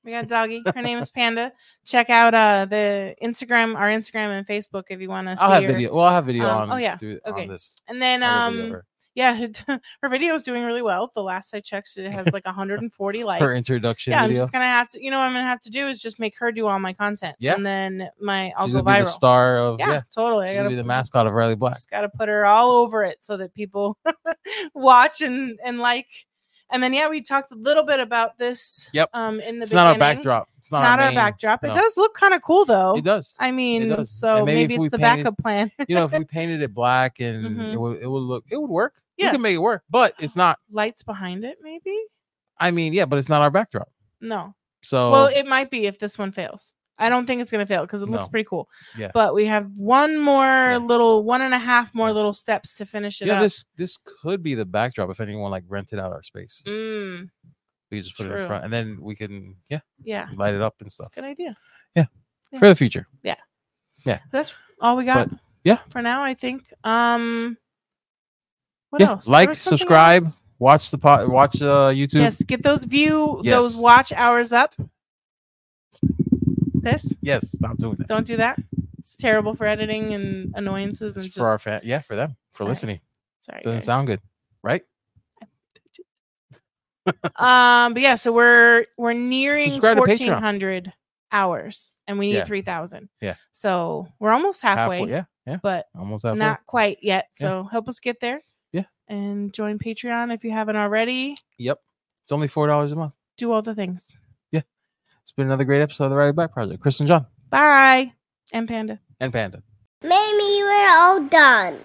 Speaker 1: we got doggy. Her name is Panda. Check out uh the Instagram, our Instagram and Facebook if you want to see
Speaker 2: I'll have
Speaker 1: her.
Speaker 2: video. Well, I'll have video
Speaker 1: Um,
Speaker 2: on.
Speaker 1: oh, yeah.
Speaker 2: Through,
Speaker 1: Okay.
Speaker 2: On this.
Speaker 1: And then
Speaker 2: I'll have video of
Speaker 1: um yeah, her, video is doing really well. The last I checked, it has like 140 likes.
Speaker 2: her, her introduction
Speaker 1: yeah, I'm
Speaker 2: video.
Speaker 1: just gonna have to. You know, what I'm gonna have to do is just make her do all my content.
Speaker 2: Yeah.
Speaker 1: and then my I'll
Speaker 2: She's
Speaker 1: go
Speaker 2: gonna be the
Speaker 1: viral.
Speaker 2: star of.
Speaker 1: yeah,
Speaker 2: Yeah.
Speaker 1: totally. I
Speaker 2: She's gonna
Speaker 1: gotta
Speaker 2: be the
Speaker 1: just-
Speaker 2: mascot of Riley Black.
Speaker 1: Just gotta put her all over it so that people watch and and like. And then yeah, we talked a little bit about this.
Speaker 2: Yep.
Speaker 1: Um, in the
Speaker 2: It's not our
Speaker 1: beginning.
Speaker 2: backdrop.
Speaker 1: It's not, our,
Speaker 2: main-
Speaker 1: backdrop. It
Speaker 2: no.
Speaker 1: does look kind of cool though.
Speaker 2: It does.
Speaker 1: I mean,
Speaker 2: does.
Speaker 1: so
Speaker 2: And maybe
Speaker 1: maybe,
Speaker 2: if
Speaker 1: it's
Speaker 2: we
Speaker 1: the
Speaker 2: painted-
Speaker 1: backup plan.
Speaker 2: you know, if we painted it black and
Speaker 1: Mhm.
Speaker 2: it would it would look it would work.
Speaker 1: Yeah.
Speaker 2: We can make it work, but it's not.
Speaker 1: Lights behind it, maybe.
Speaker 2: I mean, yeah, but it's not our backdrop.
Speaker 1: No.
Speaker 2: So
Speaker 1: Well, it might be if this one fails. I don't think it's gonna fail because it looks
Speaker 2: No.
Speaker 1: pretty cool.
Speaker 2: Yeah.
Speaker 1: But we have one more
Speaker 2: Yeah.
Speaker 1: little, one and a half more
Speaker 2: Yeah.
Speaker 1: little steps to finish it
Speaker 2: yeah,
Speaker 1: up.
Speaker 2: this this could be the backdrop if anyone like rented out our space.
Speaker 1: Mm,
Speaker 2: We just put it
Speaker 1: True. Ah,
Speaker 2: in front, and then we can yeah
Speaker 1: yeah,
Speaker 2: light it up and stuff
Speaker 1: that's a good idea. yeah.
Speaker 2: for the future.
Speaker 1: That's all we got.
Speaker 2: yeah.
Speaker 1: For now, I think. Um. What
Speaker 2: Yeah,
Speaker 1: else? There
Speaker 2: like,
Speaker 1: was something
Speaker 2: subscribe.
Speaker 1: else.
Speaker 6: Watch the pot. Watch uh, YouTube.
Speaker 1: Yes, get those view,
Speaker 6: Yes.
Speaker 1: those watch hours up. This?
Speaker 6: Yes, Stop doing that.
Speaker 1: Don't do that.
Speaker 2: It's terrible for editing and annoyances and
Speaker 6: It's
Speaker 2: just
Speaker 6: for our fan. Yeah, for them. For
Speaker 1: Sorry.
Speaker 6: listening.
Speaker 1: Sorry.
Speaker 6: Doesn't
Speaker 1: guys.
Speaker 6: sound good, right?
Speaker 1: Um, but yeah, so we're we're nearing
Speaker 6: Subscribe to Patreon.
Speaker 1: fourteen hundred hours, and we need
Speaker 6: Yeah.
Speaker 1: three thousand.
Speaker 6: Yeah.
Speaker 1: So we're almost halfway,
Speaker 6: Yeah, yeah.
Speaker 1: but
Speaker 6: Almost halfway.
Speaker 1: not quite yet.
Speaker 6: Yeah.
Speaker 1: So help us get there.
Speaker 6: Yeah.
Speaker 1: And join Patreon if you haven't already.
Speaker 6: Yep. It's only four dollars a month.
Speaker 1: Do all the things.
Speaker 6: It's been another great episode of the Rally Back Project. Chris and John
Speaker 1: Bye. And Panda.
Speaker 6: and Panda.
Speaker 7: Mamie, we're all done.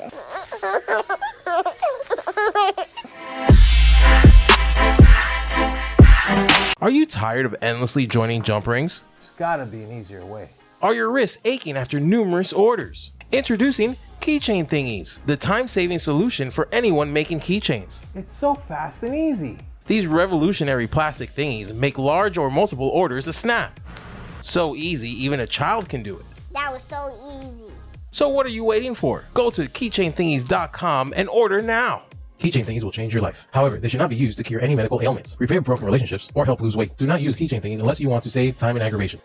Speaker 6: Are you tired of endlessly joining jump rings?
Speaker 8: There's gotta be an easier way.
Speaker 6: Are your wrists aching after numerous orders? Introducing Keychain Thingies, the time saving solution for anyone making keychains.
Speaker 8: It's so fast and easy.
Speaker 6: These revolutionary plastic thingies make large or multiple orders a snap. So easy, even a child can do it.
Speaker 7: That was so easy.
Speaker 6: So what are you waiting for? Go to keychainthingies.com and order now. Keychain thingies will change your life. However, they should not be used to cure any medical ailments, repair broken relationships, or help lose weight. Do not use keychain thingies unless you want to save time and aggravation.